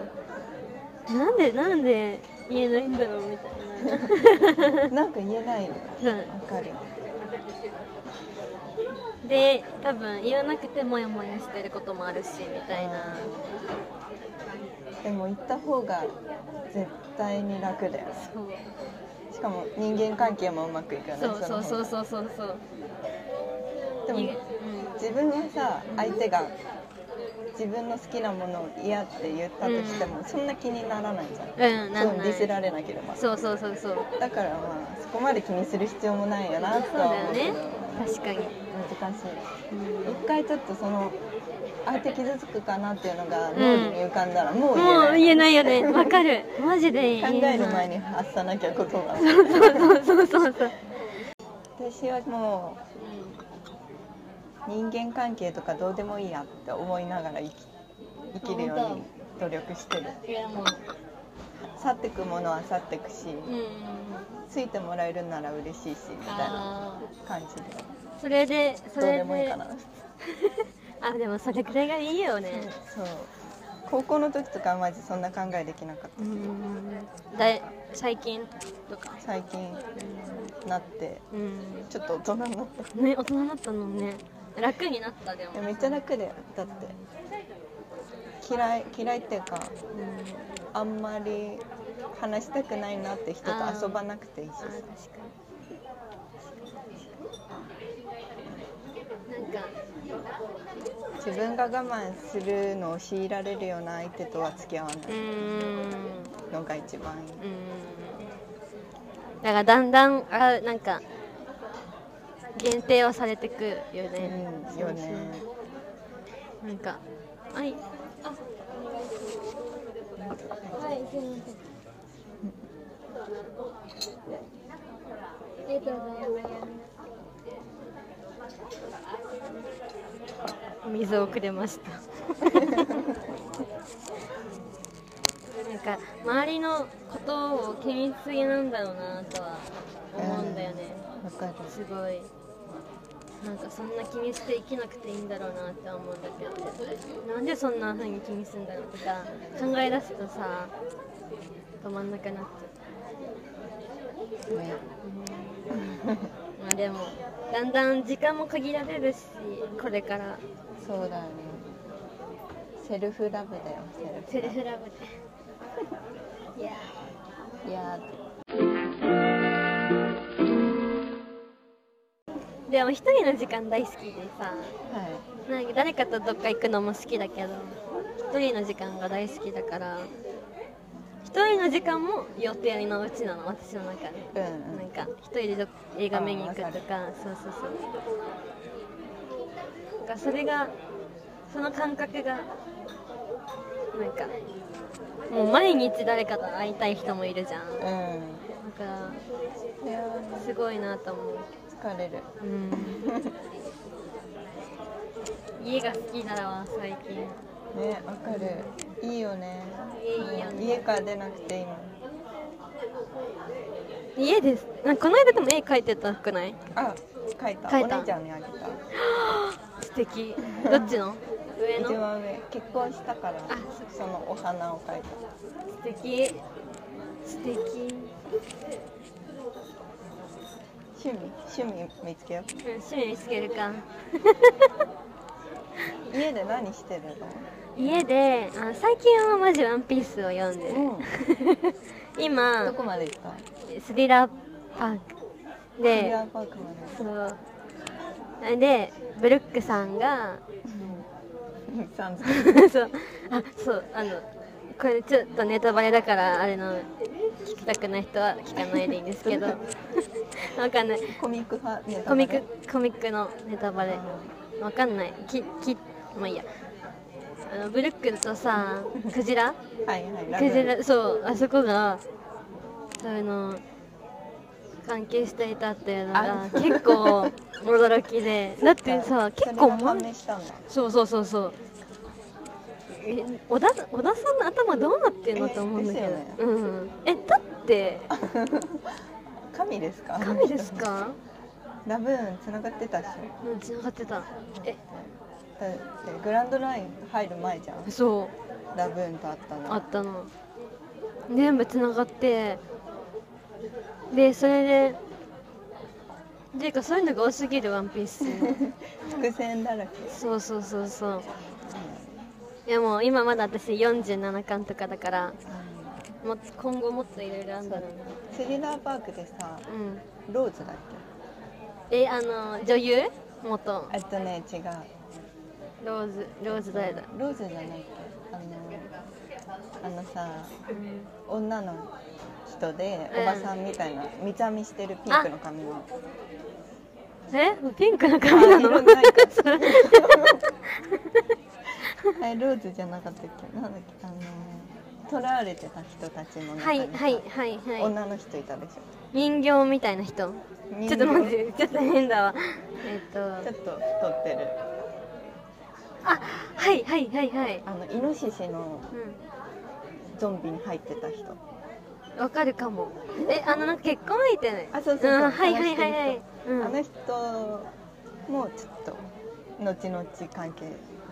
[SPEAKER 2] なんでなんで言えないんだろうみたい な
[SPEAKER 1] なんか言えないの
[SPEAKER 2] そう
[SPEAKER 1] わかる
[SPEAKER 2] で多分言わなくてモヤモヤしてることもあるしみたいな
[SPEAKER 1] でも言った方が絶対に楽だよ
[SPEAKER 2] そう
[SPEAKER 1] しかも人間関係もうまくいくよね
[SPEAKER 2] そうそうそう
[SPEAKER 1] う
[SPEAKER 2] そうそうそう
[SPEAKER 1] で
[SPEAKER 2] い
[SPEAKER 1] も自分はさ相手が自分の好きなものを嫌って言ったとしても、そんな気にならないじゃん
[SPEAKER 2] うん、うん、な
[SPEAKER 1] そ
[SPEAKER 2] ん
[SPEAKER 1] う
[SPEAKER 2] な
[SPEAKER 1] ディス
[SPEAKER 2] い
[SPEAKER 1] られなければ
[SPEAKER 2] そうそうそうそう
[SPEAKER 1] だからまあそこまで気にする必要もないよな
[SPEAKER 2] そう
[SPEAKER 1] とは
[SPEAKER 2] だ
[SPEAKER 1] 思
[SPEAKER 2] よ
[SPEAKER 1] うけ
[SPEAKER 2] ね
[SPEAKER 1] ど、
[SPEAKER 2] 確かに、
[SPEAKER 1] 難しい
[SPEAKER 2] うん
[SPEAKER 1] 一回ちょっとその相手傷つくかなっていうのが脳裏に浮かんだらもう言え
[SPEAKER 2] も
[SPEAKER 1] な
[SPEAKER 2] う
[SPEAKER 1] い、
[SPEAKER 2] 言えないよねわかるマジで言え
[SPEAKER 1] 考
[SPEAKER 2] な
[SPEAKER 1] え
[SPEAKER 2] い
[SPEAKER 1] る前に発さなきゃ言葉
[SPEAKER 2] そうそうそうそうそう
[SPEAKER 1] 私はもう人間関係とかどうでもいいやって思いながら生き生きるように努力してる
[SPEAKER 2] いやもう
[SPEAKER 1] 去ってくものは去ってくし
[SPEAKER 2] うん
[SPEAKER 1] ついてもらえるなら嬉しいしみたいな
[SPEAKER 2] あ
[SPEAKER 1] 感じで
[SPEAKER 2] ーそれでそ
[SPEAKER 1] どう
[SPEAKER 2] れ
[SPEAKER 1] でもいいかな
[SPEAKER 2] あでもそれくらいがいいよね
[SPEAKER 1] そう高校の時とかはマジそんな考えできなかっ
[SPEAKER 2] うんだい最近とか
[SPEAKER 1] た最近なって
[SPEAKER 2] うん
[SPEAKER 1] ちょっと大人になっ
[SPEAKER 2] ね大人になったのね楽になったでも
[SPEAKER 1] ためっちゃ楽だよだって嫌い嫌いっていうか
[SPEAKER 2] うん
[SPEAKER 1] あんまり話したくないなって人と遊ばなくていいし
[SPEAKER 2] あ
[SPEAKER 1] さ
[SPEAKER 2] ー確かになんか
[SPEAKER 1] 自分が我慢するのを強いられるような相手とは付き合わな
[SPEAKER 2] う
[SPEAKER 1] い
[SPEAKER 2] ん
[SPEAKER 1] のが一番いい、
[SPEAKER 2] うんだからだんだんあなんか限定はされてくよね、
[SPEAKER 1] うん、よね
[SPEAKER 2] なんかはいあはいすいませんありがとうございます水をくれましたなんか周りのことを気にしすぎなんだろうなとは思うんだよね、
[SPEAKER 1] わかる
[SPEAKER 2] すごいなんかそんな気にして生きなくていいんだろうなって思うんだけどなんでそんな風に気にするんだろうとか考え出すとさ止まんなくなっちゃ
[SPEAKER 1] ね
[SPEAKER 2] うまあでもだんだん時間も限られるしこれから
[SPEAKER 1] そうだねセルフラブだよセ
[SPEAKER 2] セ
[SPEAKER 1] ル
[SPEAKER 2] ル
[SPEAKER 1] フ
[SPEAKER 2] フラブでいや
[SPEAKER 1] いや
[SPEAKER 2] ーでも一人の時間大好きでさ
[SPEAKER 1] ーはい
[SPEAKER 2] なんか誰かとどっか行くのも好きだけど一人の時間が大好きだから一人の時間も予定のうちなの私の中で、
[SPEAKER 1] うんうん
[SPEAKER 2] なんか一人でど映画見に行くとかそうそうそうなんかそれがその感覚がなんかもう毎日誰かと会いたい人もいるじゃん
[SPEAKER 1] う
[SPEAKER 2] だか
[SPEAKER 1] んいや
[SPEAKER 2] らすごいなと思
[SPEAKER 1] ー
[SPEAKER 2] う
[SPEAKER 1] 疲れる
[SPEAKER 2] うん家が好きだわ最近
[SPEAKER 1] ねわかるいいよね
[SPEAKER 2] いいよね
[SPEAKER 1] 家から出なくていいの
[SPEAKER 2] 家ですなんかこの間でも絵描いてたくない
[SPEAKER 1] あ書いた
[SPEAKER 2] 書いた
[SPEAKER 1] お姉ちゃんにあげた
[SPEAKER 2] 素敵どっちの上
[SPEAKER 1] 一
[SPEAKER 2] の
[SPEAKER 1] 番上結婚したからそのお花を書い
[SPEAKER 2] 素敵素敵
[SPEAKER 1] た趣味趣味見つけよ
[SPEAKER 2] うん趣味見つけるか
[SPEAKER 1] う家で何してる
[SPEAKER 2] 家であ最近はマジワンピースを読んでる、
[SPEAKER 1] の、
[SPEAKER 2] 今
[SPEAKER 1] どこまで行った
[SPEAKER 2] スリラーパーク
[SPEAKER 1] フィギ
[SPEAKER 2] で
[SPEAKER 1] ュアパークまで
[SPEAKER 2] そうでブルックさんが
[SPEAKER 1] さんず
[SPEAKER 2] そうあそうあのこれちょっとネタバレだからあれの聞きたくない人は聞かないでいいんですけどわかんない
[SPEAKER 1] コミック派ネタ
[SPEAKER 2] コ
[SPEAKER 1] バレ
[SPEAKER 2] ミックコミックのネタバレわかんないききまあいいやあのブルックとさクジラ
[SPEAKER 1] はいはい
[SPEAKER 2] クジラそうあそこがその関係していたっていうのが
[SPEAKER 1] あ
[SPEAKER 2] 結構驚 きでだってさ結構
[SPEAKER 1] も
[SPEAKER 2] もん
[SPEAKER 1] 試したんだ
[SPEAKER 2] そうそうそうそうえ小田さん小田さんの頭どうなってんの
[SPEAKER 1] え
[SPEAKER 2] と思うんだけど、
[SPEAKER 1] ですよね
[SPEAKER 2] うん、えだって
[SPEAKER 1] 神ですか
[SPEAKER 2] 神ですか
[SPEAKER 1] ラブーン繋がってたっしょ
[SPEAKER 2] うんつながってたえ
[SPEAKER 1] だってグランドライン入る前じゃん
[SPEAKER 2] そう
[SPEAKER 1] ラブーンと会ったの
[SPEAKER 2] あったの全部つながってでそれでていうかそういうのが多すぎる「ワンピ ース
[SPEAKER 1] 伏線だらけ
[SPEAKER 2] そうそうそうそういやもう今まだ私47巻とかだからもっと今後もっといろいろあるんだろう
[SPEAKER 1] スリラーパークでさ
[SPEAKER 2] なうん
[SPEAKER 1] ローズだっ
[SPEAKER 2] えあの女優元
[SPEAKER 1] けえっとね違う
[SPEAKER 2] ローズローズ誰だ、
[SPEAKER 1] ローズじゃないっけあのあのさ女の人で
[SPEAKER 2] うん
[SPEAKER 1] おばさんみたいな三つ編みしてるピンクの髪の
[SPEAKER 2] えピンクの髪なの
[SPEAKER 1] あ色ないか
[SPEAKER 2] そう
[SPEAKER 1] はい、ローズじゃなかったっけなんだっけあの捕らわれてた人たちの
[SPEAKER 2] は
[SPEAKER 1] 中
[SPEAKER 2] い
[SPEAKER 1] にさ
[SPEAKER 2] はいはいはい
[SPEAKER 1] 女の人いたでしょ
[SPEAKER 2] 人形みたいな人ちょっと待ってちょっと変だわえっ
[SPEAKER 1] 人形ちょ
[SPEAKER 2] と
[SPEAKER 1] っと太ってる
[SPEAKER 2] あはいはいはいはい
[SPEAKER 1] あのイノシシの
[SPEAKER 2] う
[SPEAKER 1] ゾンビに入ってた人
[SPEAKER 2] んわかるかもえあのなんか結婚相手ね
[SPEAKER 1] あそうそうそう
[SPEAKER 2] うんはいはいはいはいうん
[SPEAKER 1] あの人もちょっと後々関係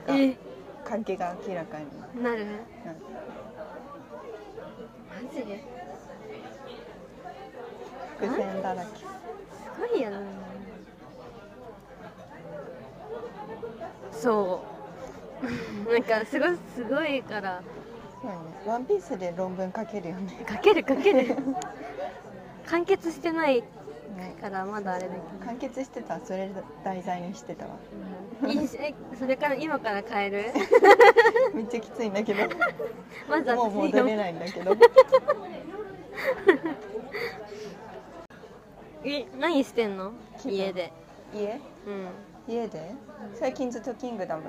[SPEAKER 1] が、
[SPEAKER 2] え
[SPEAKER 1] 関係が明らかにな
[SPEAKER 2] なる
[SPEAKER 1] る
[SPEAKER 2] マジで
[SPEAKER 1] 伏線だらけ
[SPEAKER 2] すごいよなそう なんかすごいすごいから
[SPEAKER 1] そうよねワンピースで論文書けるよね
[SPEAKER 2] かけるか ける完結してない
[SPEAKER 1] ね
[SPEAKER 2] からまだあれだけ
[SPEAKER 1] 完結してたそれ題材にしてたわ
[SPEAKER 2] どいいしえそれから今から 変える
[SPEAKER 1] めっちゃきついんだ けど
[SPEAKER 2] まず
[SPEAKER 1] もう
[SPEAKER 2] 私
[SPEAKER 1] 戻れ
[SPEAKER 2] 読
[SPEAKER 1] ないんだけど
[SPEAKER 2] え何してんの家で
[SPEAKER 1] 家
[SPEAKER 2] うん
[SPEAKER 1] 家で最近ずっと「キングダム」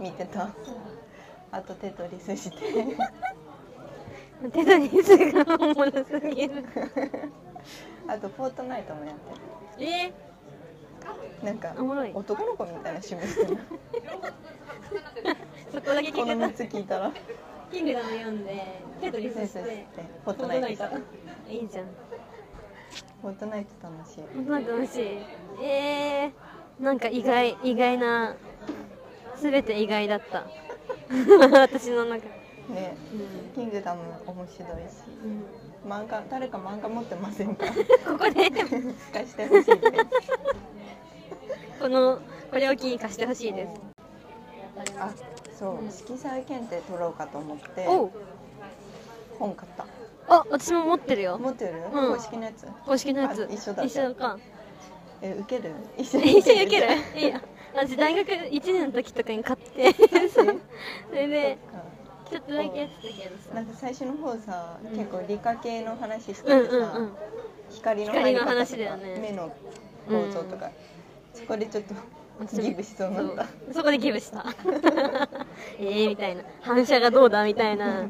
[SPEAKER 1] 見てたあとテトリスして
[SPEAKER 2] 手のニスがおもろすぎる
[SPEAKER 1] あと「フォートナイト」もやってる
[SPEAKER 2] え
[SPEAKER 1] なんか
[SPEAKER 2] おもろい
[SPEAKER 1] 男の子みたいな趣味して る
[SPEAKER 2] そこだけ聞
[SPEAKER 1] この3
[SPEAKER 2] く
[SPEAKER 1] つ聞いたら
[SPEAKER 4] キングダム読んで、テトリスし
[SPEAKER 1] そうそう
[SPEAKER 4] て、
[SPEAKER 1] フォートナイト
[SPEAKER 4] フォートナイ
[SPEAKER 2] といいじゃん
[SPEAKER 1] フォートナイト楽しい
[SPEAKER 2] まあ楽しいえー、なんか意外意外な全て意外だった 私の中
[SPEAKER 1] ね
[SPEAKER 4] うん
[SPEAKER 1] キングダム面白いし
[SPEAKER 4] うん
[SPEAKER 1] 漫画誰か漫画持ってませ んか
[SPEAKER 2] ここで
[SPEAKER 1] 貸してほしいです
[SPEAKER 2] このこれを機に貸してほしいです
[SPEAKER 1] あそう色彩検定取ろうかと思って
[SPEAKER 2] おう
[SPEAKER 1] 本買った
[SPEAKER 2] あ私も持ってるよ
[SPEAKER 1] 持ってる、
[SPEAKER 2] うん
[SPEAKER 1] 公式のやつ
[SPEAKER 2] 公式のやつ
[SPEAKER 1] あ一緒だ
[SPEAKER 2] 一緒か
[SPEAKER 1] え受ける一緒
[SPEAKER 2] 一緒に受け
[SPEAKER 1] じ
[SPEAKER 2] る
[SPEAKER 1] ゃん
[SPEAKER 2] いいや私大学1年の時とかに買ってそう それでちょっとだけやってたけどさ
[SPEAKER 1] なんか最初の方さ、結構理科系の話してて
[SPEAKER 2] う
[SPEAKER 1] さ、
[SPEAKER 2] んうんうん
[SPEAKER 1] 光の入り方と
[SPEAKER 2] 光の
[SPEAKER 1] か
[SPEAKER 2] 話だよね
[SPEAKER 1] 目の構造とか、そこでちょっとギブしそうになった
[SPEAKER 2] そうそこでギブしたええみたいな反射がどうだみたいな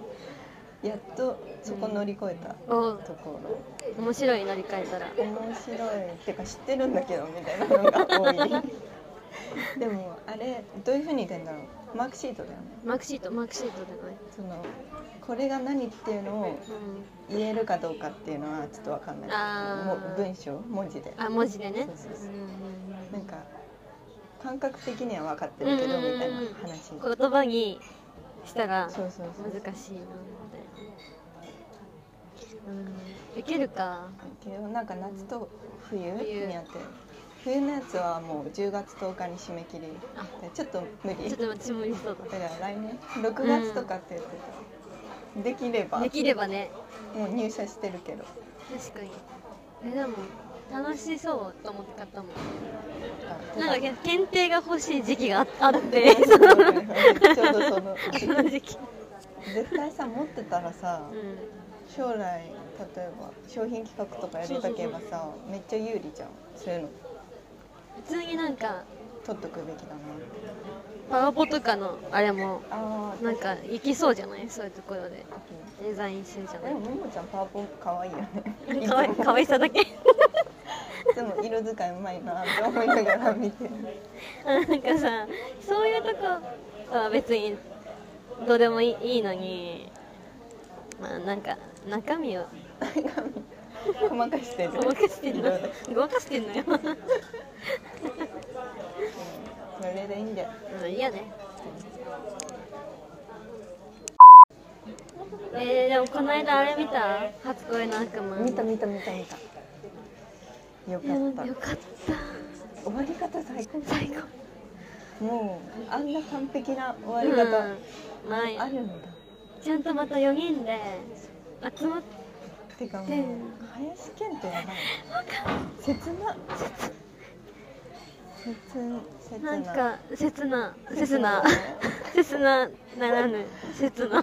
[SPEAKER 1] やっとそこ乗り越えた
[SPEAKER 2] お
[SPEAKER 1] ところ、
[SPEAKER 2] 面白い乗り換えたら
[SPEAKER 1] 面白いってか知ってるんだけどみたいなのが多 いでもあれどういうふうに出るんだろうマークシートだよね
[SPEAKER 2] マークシートマークシートじゃない、
[SPEAKER 1] そのこれが何っていうのを
[SPEAKER 2] う
[SPEAKER 1] 言えるかどうかっていうのはちょっとわかんない
[SPEAKER 2] あー
[SPEAKER 1] もう文章文字で
[SPEAKER 2] ん、あ文字でね
[SPEAKER 1] そうそう
[SPEAKER 2] う
[SPEAKER 1] そ
[SPEAKER 2] ん
[SPEAKER 1] う
[SPEAKER 2] うんうん
[SPEAKER 1] なんか感覚的には分かってるけど
[SPEAKER 2] うんうんうん
[SPEAKER 1] みたいな話そう
[SPEAKER 2] 言葉にしたら
[SPEAKER 1] そうそう
[SPEAKER 2] 難しいなみたいな、うん、受けるか
[SPEAKER 1] けどなんか夏と冬
[SPEAKER 2] 冬
[SPEAKER 1] にあって冬のやつはもう10月10日に締め切りで
[SPEAKER 2] あ
[SPEAKER 1] ちょっと無理
[SPEAKER 2] ちょっと私も理想
[SPEAKER 1] だから来年6月とかって言ってた、できれば
[SPEAKER 2] だできればね
[SPEAKER 1] もう入社してるけど
[SPEAKER 2] 確かにえでも楽しそうと思って買ったもん
[SPEAKER 1] あ
[SPEAKER 2] なんか
[SPEAKER 1] て
[SPEAKER 2] け検定が欲しい時期がああっ
[SPEAKER 1] か
[SPEAKER 2] て
[SPEAKER 1] ちょう
[SPEAKER 2] その
[SPEAKER 1] どその
[SPEAKER 2] その時期、
[SPEAKER 1] 絶対さ持ってたらさ
[SPEAKER 2] うん、
[SPEAKER 1] 将来例えば商品企画とかやりたければさめっちゃ有利じゃんそういうの
[SPEAKER 2] 普通になんか
[SPEAKER 1] 取っとくべきだな
[SPEAKER 2] パワポとかのあれも
[SPEAKER 1] あ
[SPEAKER 2] なんかいきそうじゃないそういうところで
[SPEAKER 1] で
[SPEAKER 2] デザインするじゃない
[SPEAKER 1] もももちゃんパワポ可愛いよね
[SPEAKER 2] かわいかわいさだけ
[SPEAKER 1] いつも色使いうまいなって思いながら見てる
[SPEAKER 2] なんかさそういうとこは別にどうでもいいいいのにまあなんか中身を
[SPEAKER 1] ごまかしてる
[SPEAKER 2] ごまかしてん
[SPEAKER 1] 色
[SPEAKER 2] の
[SPEAKER 1] 々
[SPEAKER 2] ごまかしてんのよ
[SPEAKER 1] それでいいんだよ
[SPEAKER 2] うんいいよねえー、でもこの間あれ見た初恋の悪魔
[SPEAKER 1] 見た見た見た見たよ
[SPEAKER 2] いやよか
[SPEAKER 1] か
[SPEAKER 2] っ
[SPEAKER 1] ったた終わり方最高
[SPEAKER 2] 最高
[SPEAKER 1] もうあんな完璧な終わり方、
[SPEAKER 2] うんない
[SPEAKER 1] あるんだ
[SPEAKER 2] ちゃんとまた4人で集まって
[SPEAKER 1] てかもう
[SPEAKER 2] で
[SPEAKER 1] 林健ってやばい切な切切
[SPEAKER 2] なん
[SPEAKER 1] な
[SPEAKER 2] か切な切な切なならぬ切 な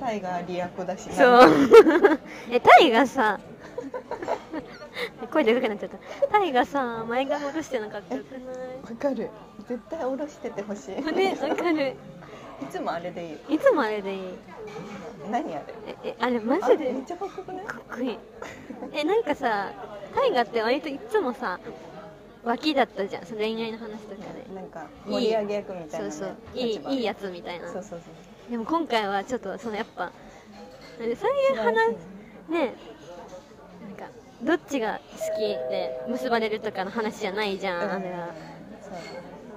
[SPEAKER 1] タイがリアコだしな
[SPEAKER 2] そう えタイがさ声でかくなっちゃったタイがさ前髪戻してなかったよくな
[SPEAKER 1] わかる絶対下ろしててほしい
[SPEAKER 2] いねわかる
[SPEAKER 1] いつもあれでいい
[SPEAKER 2] いつもあれでいい
[SPEAKER 1] 何あれ
[SPEAKER 2] ええあれマ
[SPEAKER 1] あ
[SPEAKER 2] ジで
[SPEAKER 1] めっちゃかっこくない
[SPEAKER 2] かっこいいえなんかさタイガって割といつもさ脇だったじゃんその恋愛の話とかで
[SPEAKER 1] なんか盛り上げ役みたい
[SPEAKER 2] そ
[SPEAKER 1] なね
[SPEAKER 2] うそういい
[SPEAKER 1] 立場
[SPEAKER 2] いいやつみたいな
[SPEAKER 1] そうそう
[SPEAKER 2] でも今回はちょっとそのやっぱそういう
[SPEAKER 1] そう
[SPEAKER 2] 話ねなんかどっちが好きで結ばれるとかの話じゃないじゃん、あれは
[SPEAKER 1] そう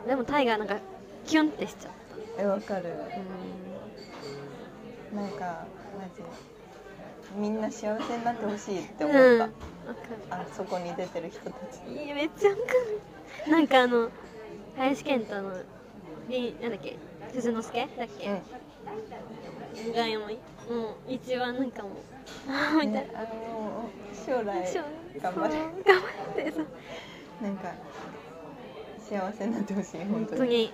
[SPEAKER 2] でもタイガーなんかキュンってしちゃっ
[SPEAKER 1] だえわかる
[SPEAKER 2] た
[SPEAKER 1] なんかマジみんな幸せになってほしいって
[SPEAKER 2] う
[SPEAKER 1] 思
[SPEAKER 2] ん
[SPEAKER 1] っ
[SPEAKER 2] うん
[SPEAKER 1] た、
[SPEAKER 2] わか
[SPEAKER 1] あそこに出てる人たち
[SPEAKER 2] るいいめっちゃわかるなんかあの林健太のりなんだっけ鈴之助だっけ、
[SPEAKER 1] うん
[SPEAKER 2] がももう一番なんかもうあーみたい
[SPEAKER 1] ね
[SPEAKER 2] な、
[SPEAKER 1] あの将来
[SPEAKER 2] そう
[SPEAKER 1] 頑張れ
[SPEAKER 2] そう頑張ってさ
[SPEAKER 1] なんか幸せになってほしい本
[SPEAKER 2] 本
[SPEAKER 1] 当
[SPEAKER 2] 当
[SPEAKER 1] に
[SPEAKER 2] に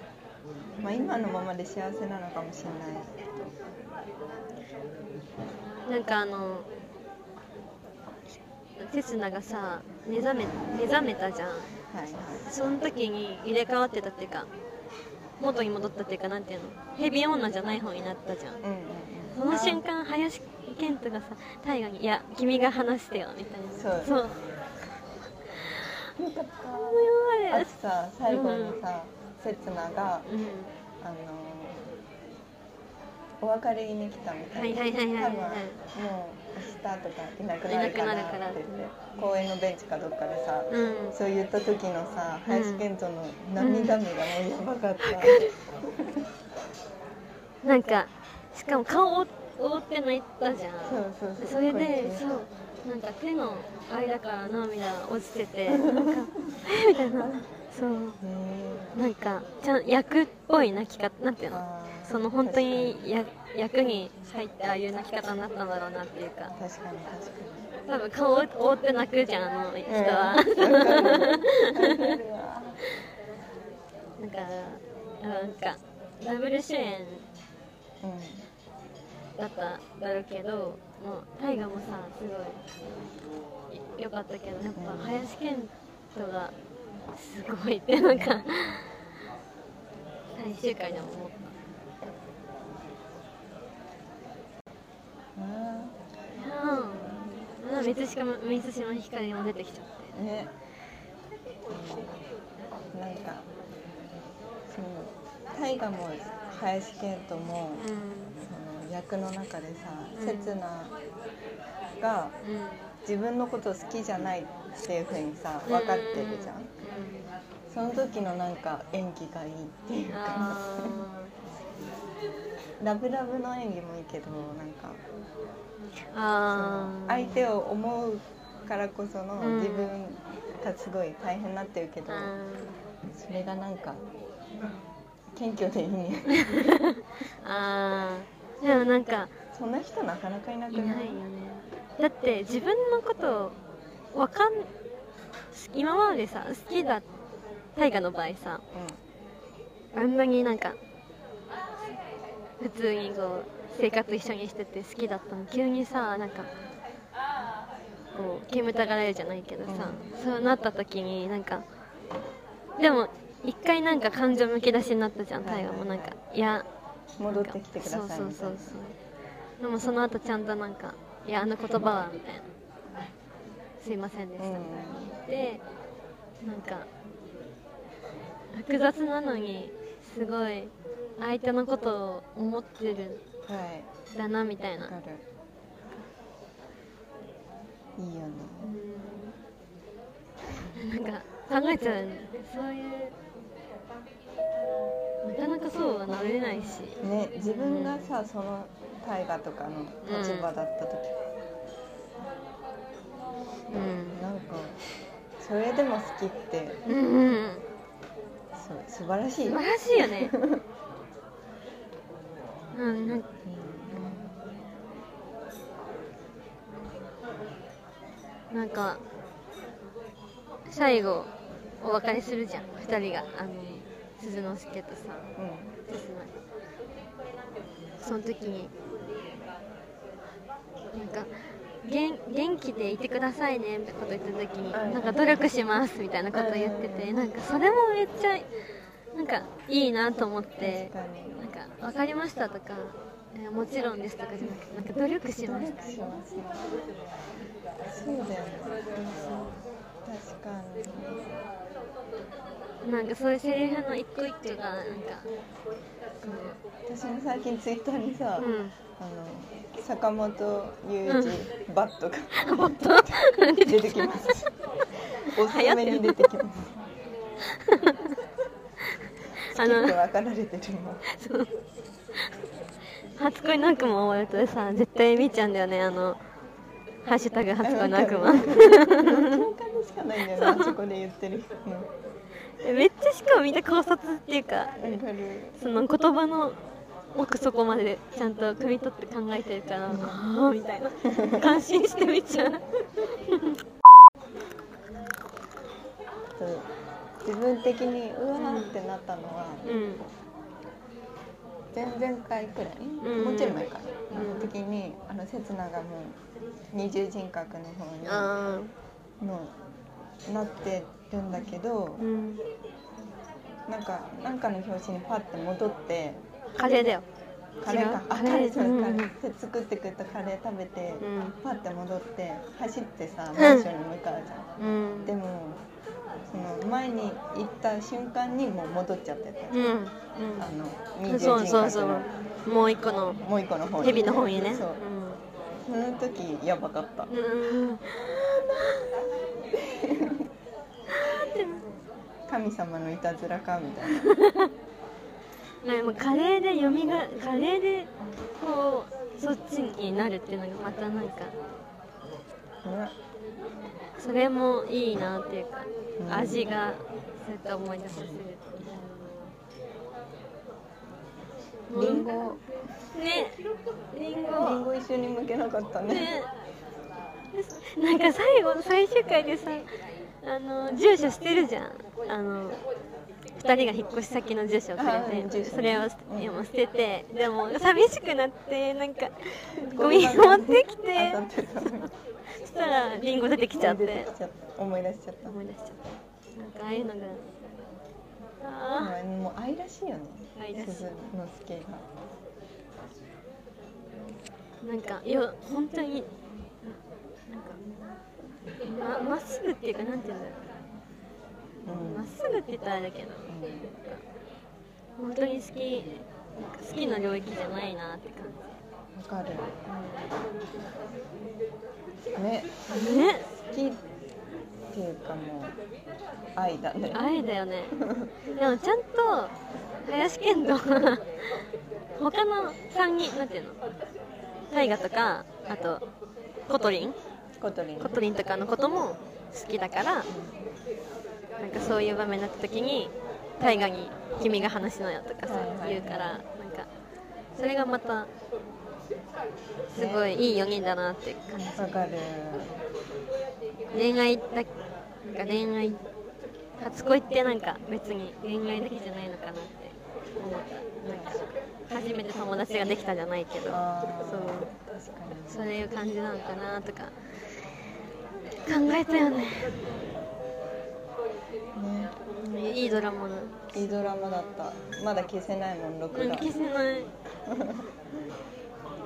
[SPEAKER 1] まあ、今のままで幸せなのかもしれない
[SPEAKER 2] なんかあのテスナがさ目覚め目覚めたじゃん
[SPEAKER 1] はいはい
[SPEAKER 2] その時に入れ替わってたっていうか元に戻ったっていうかなんていうのヘビー女じゃない方になったじゃん
[SPEAKER 1] うんうん
[SPEAKER 2] その瞬間林健人がさ大河に「いや君が話してよ」みたいな
[SPEAKER 1] そう
[SPEAKER 2] そう
[SPEAKER 1] よかっ
[SPEAKER 2] 今
[SPEAKER 1] た。
[SPEAKER 2] ま
[SPEAKER 1] あと
[SPEAKER 2] で
[SPEAKER 1] さ最後にさ、せつながあ
[SPEAKER 2] うん
[SPEAKER 1] のお別れに来たみたいな。
[SPEAKER 2] はいはいはいはいは
[SPEAKER 1] 多
[SPEAKER 2] い
[SPEAKER 1] 分もう明日とかいなくなるかなって言っ
[SPEAKER 2] いなくなる
[SPEAKER 1] て公園のベンチかどっかでさ。
[SPEAKER 2] うん
[SPEAKER 1] そう言った時のさ、
[SPEAKER 2] うん
[SPEAKER 1] 林健人の涙目がもうやばかった。
[SPEAKER 2] なんかしかも顔を覆って泣いたじゃん
[SPEAKER 1] そうそうそう。
[SPEAKER 2] それ
[SPEAKER 1] こい
[SPEAKER 2] で
[SPEAKER 1] つ
[SPEAKER 2] そうなんか手の間から涙落ちててなんかみたいなそう
[SPEAKER 1] ね
[SPEAKER 2] なんかちゃん役っぽい泣き方なんてい
[SPEAKER 1] え
[SPEAKER 2] うの
[SPEAKER 1] あー
[SPEAKER 2] その本当にや役に入ってああいう泣き方になったんだろうなっていうか
[SPEAKER 1] 確かに確かに。
[SPEAKER 2] 多分顔を覆って泣くじゃんあの人は、なんかなんかダブル主演だっただろうけどもう大河もさすごい良かったけどやっぱ林遣都がすごいってなんか最終回でも思ったうん、満島満島ひかりも出てきちゃって
[SPEAKER 1] うん、ねなんかその大河も林遣都も
[SPEAKER 2] うん
[SPEAKER 1] その役の中でさ
[SPEAKER 2] うん
[SPEAKER 1] 刹那、が
[SPEAKER 2] うん
[SPEAKER 1] 自分のこと好きじゃないっていうふうにさ分かってるじゃん、その時のなんか演技がいいっていうか
[SPEAKER 2] あ
[SPEAKER 1] ラブラブの演技もいいけどなんか
[SPEAKER 2] ーあー
[SPEAKER 1] 相手を思うからこその
[SPEAKER 2] うん
[SPEAKER 1] 自分がすごい大変になってるけど、
[SPEAKER 2] あ
[SPEAKER 1] それがなんか謙虚 でいいね
[SPEAKER 2] ーあーでもなんか
[SPEAKER 1] そんな人なかなかいなく
[SPEAKER 2] い
[SPEAKER 1] ない
[SPEAKER 2] ないよねだって自分のことをわかん今までさ好きだ大河の場合さあんなになんか普通にこう生活一緒にしてて好きだったの急にさなんかこう煙たがられるじゃないけどさ、そうなった時になんかでも一回なんか感情むき出しになったじゃん大河もなんかいや
[SPEAKER 1] うん、戻ってきてください
[SPEAKER 2] そう
[SPEAKER 1] みた
[SPEAKER 2] そ
[SPEAKER 1] いうな
[SPEAKER 2] そうそうでもその後ちゃんとなんか「いやあの言葉は」みたいな「すいませんでした」みたいなでなんか複雑なのにすごい相手のことを思ってる
[SPEAKER 1] はい
[SPEAKER 2] んだなみたいな
[SPEAKER 1] わかるいいよね
[SPEAKER 2] うんなんか考えちゃうよねそういうなかなかそうはなれないし
[SPEAKER 1] ね自分がさその大河とかの立場だった時、
[SPEAKER 2] うん
[SPEAKER 1] なんかそれでも好きって
[SPEAKER 2] うんうん
[SPEAKER 1] そう素晴らしい
[SPEAKER 2] 素晴らしいよねうんなんかなんか最後お別れするじゃん二人があの鈴之助とさ
[SPEAKER 1] うん、うん
[SPEAKER 2] 鈴之その時になんか元元気でいてくださいねってこと言った時に
[SPEAKER 1] うん
[SPEAKER 2] なんか努力しますみたいなこと言ってて
[SPEAKER 1] うん
[SPEAKER 2] なんかそれもめっちゃなんかいいなと思って
[SPEAKER 1] 確かに
[SPEAKER 2] なんか分かりましたとかえーもちろんですとかじゃなくてなんか努力し
[SPEAKER 1] 努
[SPEAKER 2] ま
[SPEAKER 1] 力
[SPEAKER 2] す
[SPEAKER 1] しますねそうだよね確かに
[SPEAKER 2] なんかそういうセリフの一個一個がなんか
[SPEAKER 1] 私も最近ツイッターにさ、
[SPEAKER 2] こううん
[SPEAKER 1] あの坂本雄一、バットが 出てきますおすすめに出てきます
[SPEAKER 2] あ
[SPEAKER 1] ちょっと
[SPEAKER 2] の
[SPEAKER 1] 分かられてる今
[SPEAKER 2] 初恋の悪魔終わるとさ絶対見ちゃうんだよねあの「ハッシュ タグ初恋の悪魔」
[SPEAKER 1] 共感でしかないんだよねあそこで言ってる人のわ
[SPEAKER 2] めっちゃしかもみんな考察っていうか
[SPEAKER 1] かる
[SPEAKER 2] その言葉の奥底までちゃんと汲み取って考えてるから、ああみたいな感心して見ちゃう
[SPEAKER 1] そう自分的にうわーってなったのは
[SPEAKER 2] うん
[SPEAKER 1] 前々回くらい、
[SPEAKER 2] ん
[SPEAKER 1] もうちょい前かな、
[SPEAKER 2] うん
[SPEAKER 1] の時にあの刹那がもう二重人格の方に
[SPEAKER 2] あ
[SPEAKER 1] もうなってるんだけど
[SPEAKER 2] ー、うん
[SPEAKER 1] なんかなんかの表紙にパッて戻って
[SPEAKER 2] カレーだよ
[SPEAKER 1] カレー
[SPEAKER 2] 違う
[SPEAKER 1] かあ
[SPEAKER 2] カ
[SPEAKER 1] カ
[SPEAKER 2] レー
[SPEAKER 1] レーそう
[SPEAKER 2] うん
[SPEAKER 1] カレーで作ってくれたカレー食べて、
[SPEAKER 2] うん
[SPEAKER 1] パッて戻って走ってさマンションに向かうじゃん、
[SPEAKER 2] うん
[SPEAKER 1] でもその前に行った瞬間にもう戻っちゃってて、
[SPEAKER 2] うん
[SPEAKER 1] あの人
[SPEAKER 2] うんそう
[SPEAKER 1] 間人
[SPEAKER 2] そう
[SPEAKER 1] 格
[SPEAKER 2] そう
[SPEAKER 1] の
[SPEAKER 2] もう一個の
[SPEAKER 1] もう一個の方に
[SPEAKER 2] 蛇の方にね
[SPEAKER 1] そうその時やばかった
[SPEAKER 2] うんうん
[SPEAKER 1] 神様のいたずらかみたいな
[SPEAKER 2] でもカレーで読みがカレーでこうそっちになるっていうのがまたなんかそれもいいなっていうか
[SPEAKER 1] うん
[SPEAKER 2] 味がずっと思い出させる
[SPEAKER 1] リンゴ
[SPEAKER 2] ねリ
[SPEAKER 1] リ
[SPEAKER 2] ン
[SPEAKER 1] ン
[SPEAKER 2] ゴ
[SPEAKER 1] ゴ一緒に剥けなかったね
[SPEAKER 2] ねなんか最後最終回でさあの住所捨てるじゃんあの2人が引っ越し先の住所をく
[SPEAKER 1] あ
[SPEAKER 2] れ
[SPEAKER 1] うん住
[SPEAKER 2] て
[SPEAKER 1] 所
[SPEAKER 2] それを捨
[SPEAKER 1] うん
[SPEAKER 2] てもう捨ててでも寂しくなってなんかゴミ持ってきて
[SPEAKER 1] 当たってたのに
[SPEAKER 2] そしたらリンゴ出てきちゃっ
[SPEAKER 1] 出
[SPEAKER 2] て
[SPEAKER 1] きちゃった思い出しちゃった
[SPEAKER 2] 思い出しちゃったなんかああいうのがあ
[SPEAKER 1] もうもう愛らしいよね
[SPEAKER 2] 愛らしい
[SPEAKER 1] 鈴之助が
[SPEAKER 2] あなんかよ本当になんかままっすぐっていうかなんていうんだろ
[SPEAKER 1] う
[SPEAKER 2] うんまっすぐって言ったらあれだけど本当に好きなんか好きな領域じゃないなって感
[SPEAKER 1] わかるね
[SPEAKER 2] じね
[SPEAKER 1] 好きっていうかもう愛だね
[SPEAKER 2] 愛だよねでもちゃんと林遣 都は他の3人なんていうの大河とかあとコトリン
[SPEAKER 1] ことに
[SPEAKER 2] コトリンとかのことも好きだからなんかそういう場面になった時に大河に「君が話しなよ」とかさ
[SPEAKER 1] はいはいはい
[SPEAKER 2] 言うからなんかそれがまたすごいいい4人だなって感じ
[SPEAKER 1] わかる
[SPEAKER 2] 恋愛だなんか恋愛初恋ってなんか別に恋愛だけじゃないのかなって思ったなんか初めて友達ができたじゃないけど
[SPEAKER 1] あ
[SPEAKER 2] そう
[SPEAKER 1] ー確かに
[SPEAKER 2] そういう感じなのかなとか考えたよね
[SPEAKER 1] ね
[SPEAKER 2] いいドラマだ
[SPEAKER 1] いいドラマだったまだ消せないもん録
[SPEAKER 2] うん
[SPEAKER 1] 画
[SPEAKER 2] 消せない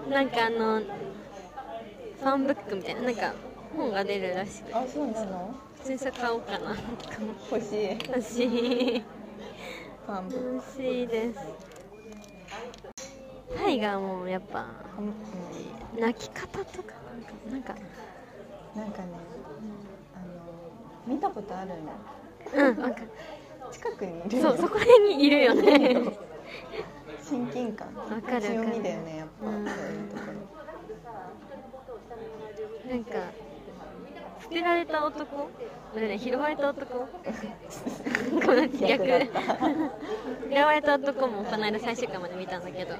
[SPEAKER 2] なんかあのファンブックみたいななんか本が出るらしく
[SPEAKER 1] あそうなの
[SPEAKER 2] 普通にそれ買おうかなとか思っ
[SPEAKER 1] 欲しい
[SPEAKER 2] たし
[SPEAKER 1] ファンブ
[SPEAKER 2] 楽しいですタイガーもやっぱ
[SPEAKER 1] うん
[SPEAKER 2] 泣き方とかなんか
[SPEAKER 1] なんかねあの見たことあるの
[SPEAKER 2] なんかうんなんか
[SPEAKER 1] 近くにいる
[SPEAKER 2] そ
[SPEAKER 1] よ
[SPEAKER 2] うそこら辺にいるよね
[SPEAKER 1] 親近感
[SPEAKER 2] わかる
[SPEAKER 1] 強みだよねやっぱ、
[SPEAKER 2] うん
[SPEAKER 1] そういうとこ
[SPEAKER 2] なんか捨てられた男あれね拾われた男 この逆
[SPEAKER 1] 逆だった
[SPEAKER 2] 拾われた男もこの間最終回まで見たんだけどい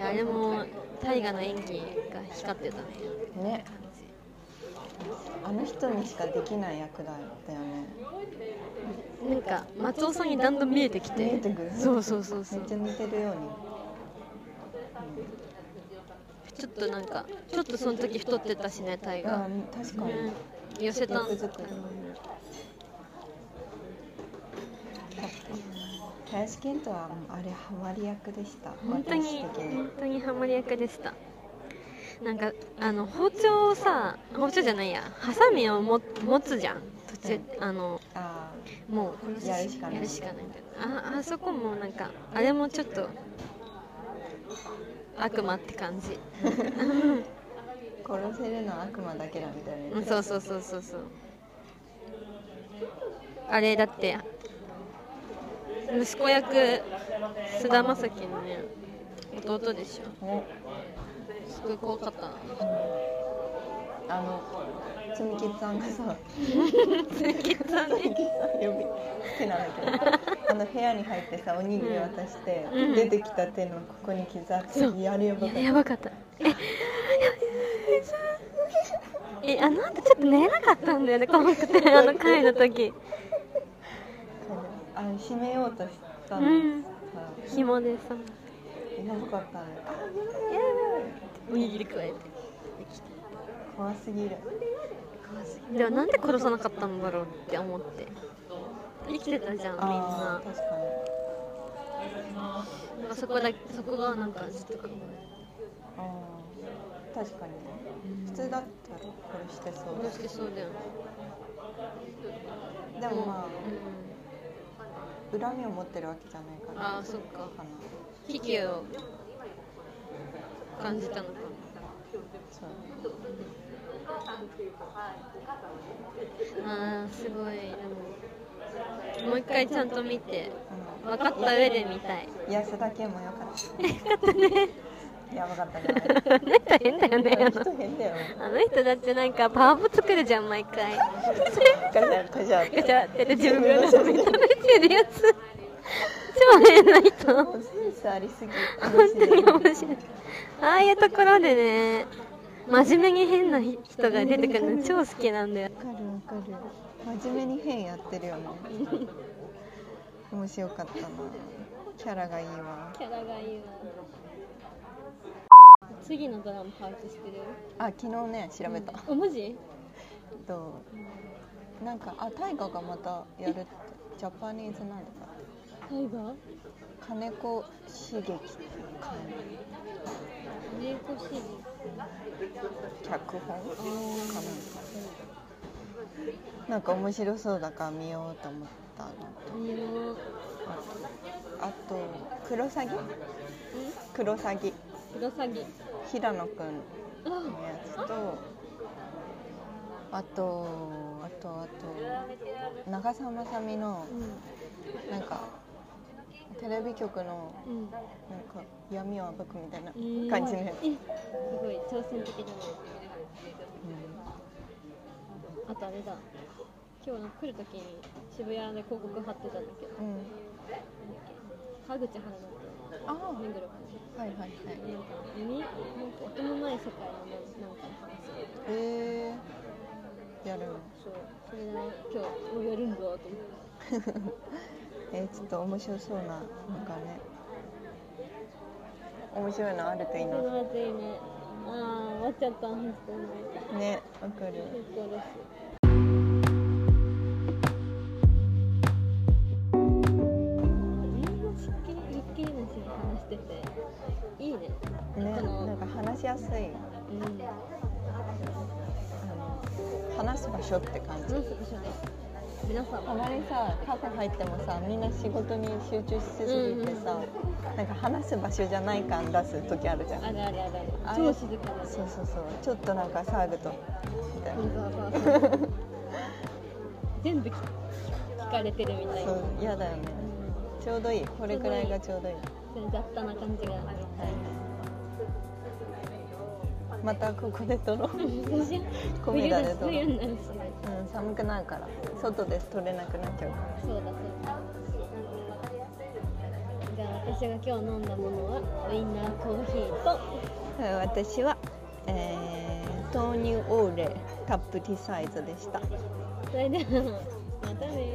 [SPEAKER 2] やあれも大河の演技が光ってたね
[SPEAKER 1] ろ ねあの人にしかできない役だったよね
[SPEAKER 2] なんか松尾さんにだんだん見えてきて
[SPEAKER 1] 見えてくる
[SPEAKER 2] そうそうそうそ
[SPEAKER 1] め
[SPEAKER 2] う
[SPEAKER 1] っちゃ似てるように
[SPEAKER 2] ちょっとなんかちょっとその時太ってたしねタイ
[SPEAKER 1] あ
[SPEAKER 2] が、
[SPEAKER 1] 確
[SPEAKER 2] う
[SPEAKER 1] かに、
[SPEAKER 2] ん、寄せた
[SPEAKER 1] 役作り林健人はあれハマり役でした
[SPEAKER 2] 本当に
[SPEAKER 1] 私的
[SPEAKER 2] 本当にハマり役でしたなんかあの包丁をさ包丁じゃないやハサミをも持つじゃん途中、あの
[SPEAKER 1] あ
[SPEAKER 2] もう
[SPEAKER 1] やるしかない
[SPEAKER 2] やるしかないみたいなああそこもなんかあれもちょっと悪魔って感じ
[SPEAKER 1] あ殺せるのは悪魔だけだみたいな
[SPEAKER 2] う
[SPEAKER 1] や
[SPEAKER 2] ん
[SPEAKER 1] つ
[SPEAKER 2] そうそうそうそうそうあれだって息子役菅田将暉のね弟でしょ
[SPEAKER 1] ね
[SPEAKER 2] すごい怖かったな
[SPEAKER 1] あのつみきさんがさ
[SPEAKER 2] 残
[SPEAKER 1] つみきさん呼び好きなん だけどあの部屋に入ってさおにぎり渡して、
[SPEAKER 2] うん
[SPEAKER 1] 出てきた手のここに傷あって、
[SPEAKER 2] そう
[SPEAKER 1] やるやばかっ
[SPEAKER 2] 念
[SPEAKER 1] た
[SPEAKER 2] やばかったえ えあの後ちょっと寝れなかったんだよね怖く てあの回の時
[SPEAKER 1] あの締めようとした
[SPEAKER 2] う
[SPEAKER 1] の、
[SPEAKER 2] ん
[SPEAKER 1] さ
[SPEAKER 2] 紐でさ
[SPEAKER 1] やばかったねあ
[SPEAKER 2] おにぎり加えて
[SPEAKER 1] 怖すぎる
[SPEAKER 2] でもなんで殺さなかったんだろうって思って生きてたじゃんみん
[SPEAKER 1] あ
[SPEAKER 2] な
[SPEAKER 1] ー確かに
[SPEAKER 2] なんかそこだそこがなんかずっと考え
[SPEAKER 1] あー確かに普通だったら殺してそうだ
[SPEAKER 2] 殺してそうだよね
[SPEAKER 1] でもま
[SPEAKER 2] うん
[SPEAKER 1] あ恨みを持ってるわけじゃないから
[SPEAKER 2] あーそっか
[SPEAKER 1] かな
[SPEAKER 2] 危機を感じたのか
[SPEAKER 1] そう
[SPEAKER 2] あーすごいでももう一回ちゃんと見て
[SPEAKER 1] う
[SPEAKER 2] 分かった上で見たい
[SPEAKER 1] ん、いや瀬田健もよかったよかったねやばかったね
[SPEAKER 2] あの人変だよね
[SPEAKER 1] あれ人変だよ
[SPEAKER 2] あの人だってなんかパワーポ作るじゃん毎回
[SPEAKER 1] ガチャガチ
[SPEAKER 2] ガ
[SPEAKER 1] ャ
[SPEAKER 2] チャって自分が見てるやつ超変な人
[SPEAKER 1] もうセンスありすぎ
[SPEAKER 2] 本当に面白いああいうところでね真面目に変な人が出てくるの超好きなんだ
[SPEAKER 1] わ
[SPEAKER 2] よ
[SPEAKER 1] かるわかる真面目に変やってるよね面白かったなキャラがいいわ
[SPEAKER 2] キャラがいいわ次のドラマ把握してる
[SPEAKER 1] あ昨日ね調べた、
[SPEAKER 2] おマジ
[SPEAKER 1] となんかあ大河がまたやるってジャパニーズなんだか
[SPEAKER 2] タイガー
[SPEAKER 1] 金子茂樹っていう監
[SPEAKER 2] 猫シリーズ
[SPEAKER 1] 脚本
[SPEAKER 2] あー
[SPEAKER 1] かななんか面白そうだから見ようと思ったの
[SPEAKER 2] いいな
[SPEAKER 1] あとクロサギクロサギ
[SPEAKER 2] クロサギ
[SPEAKER 1] 平野くん
[SPEAKER 2] あ
[SPEAKER 1] のやつとあとあとあと長澤まさみの
[SPEAKER 2] う
[SPEAKER 1] なんかテレビ局の
[SPEAKER 2] んうん
[SPEAKER 1] なんか闇を暴くみたいな感じのやつ、
[SPEAKER 2] えすごい挑戦的だなあとあれだ今日の来るときに渋谷で広告貼ってたんだけど
[SPEAKER 1] うんうん、
[SPEAKER 2] 川口春奈と
[SPEAKER 1] ああ
[SPEAKER 2] 目黒
[SPEAKER 1] はいはいはい
[SPEAKER 2] 君なんか耳なんか音のない世界のなんなんかの話
[SPEAKER 1] えー、やるの
[SPEAKER 2] そうそれで今日もうやるんだと思って
[SPEAKER 1] えー、ちょっと面白そうななんかね面白いのあるといい
[SPEAKER 2] こ
[SPEAKER 1] な
[SPEAKER 2] のやついいねああ終わっちゃった本当に
[SPEAKER 1] ねわかる
[SPEAKER 2] 最高ですみんなしっきりゆっきりなしに話してていいね
[SPEAKER 1] ねなんか話しやすい
[SPEAKER 2] うん
[SPEAKER 1] あの話す場所って感じ
[SPEAKER 2] どうするでしょうね皆さん
[SPEAKER 1] たまにさカフェ入ってもさみんな仕事に集中しすぎてさ、なんか話す場所じゃない感出す時あるじゃん
[SPEAKER 2] あるあるあるあ
[SPEAKER 1] あ
[SPEAKER 2] る超静かな
[SPEAKER 1] そうそうそうちょっとなんか騒ぐとみたいな
[SPEAKER 2] そうそうそう全部聞聞かれてるみたいな
[SPEAKER 1] そう嫌だよねちょうどいいこれくらいがちょうどいい
[SPEAKER 2] それ雑多な感じが
[SPEAKER 1] またここで撮ろう、う
[SPEAKER 2] そうしよう
[SPEAKER 1] コメ
[SPEAKER 2] 冬
[SPEAKER 1] ダ
[SPEAKER 2] だ
[SPEAKER 1] で
[SPEAKER 2] し
[SPEAKER 1] どう
[SPEAKER 2] 冬になるし
[SPEAKER 1] ん、寒くなるから外で撮れなくなっちゃうから
[SPEAKER 2] そうだそうだじゃあ私が今日飲んだものはウインナーコーヒーと
[SPEAKER 1] えー私は、えー豆乳オーレカップティーサイズでした
[SPEAKER 2] それではまたね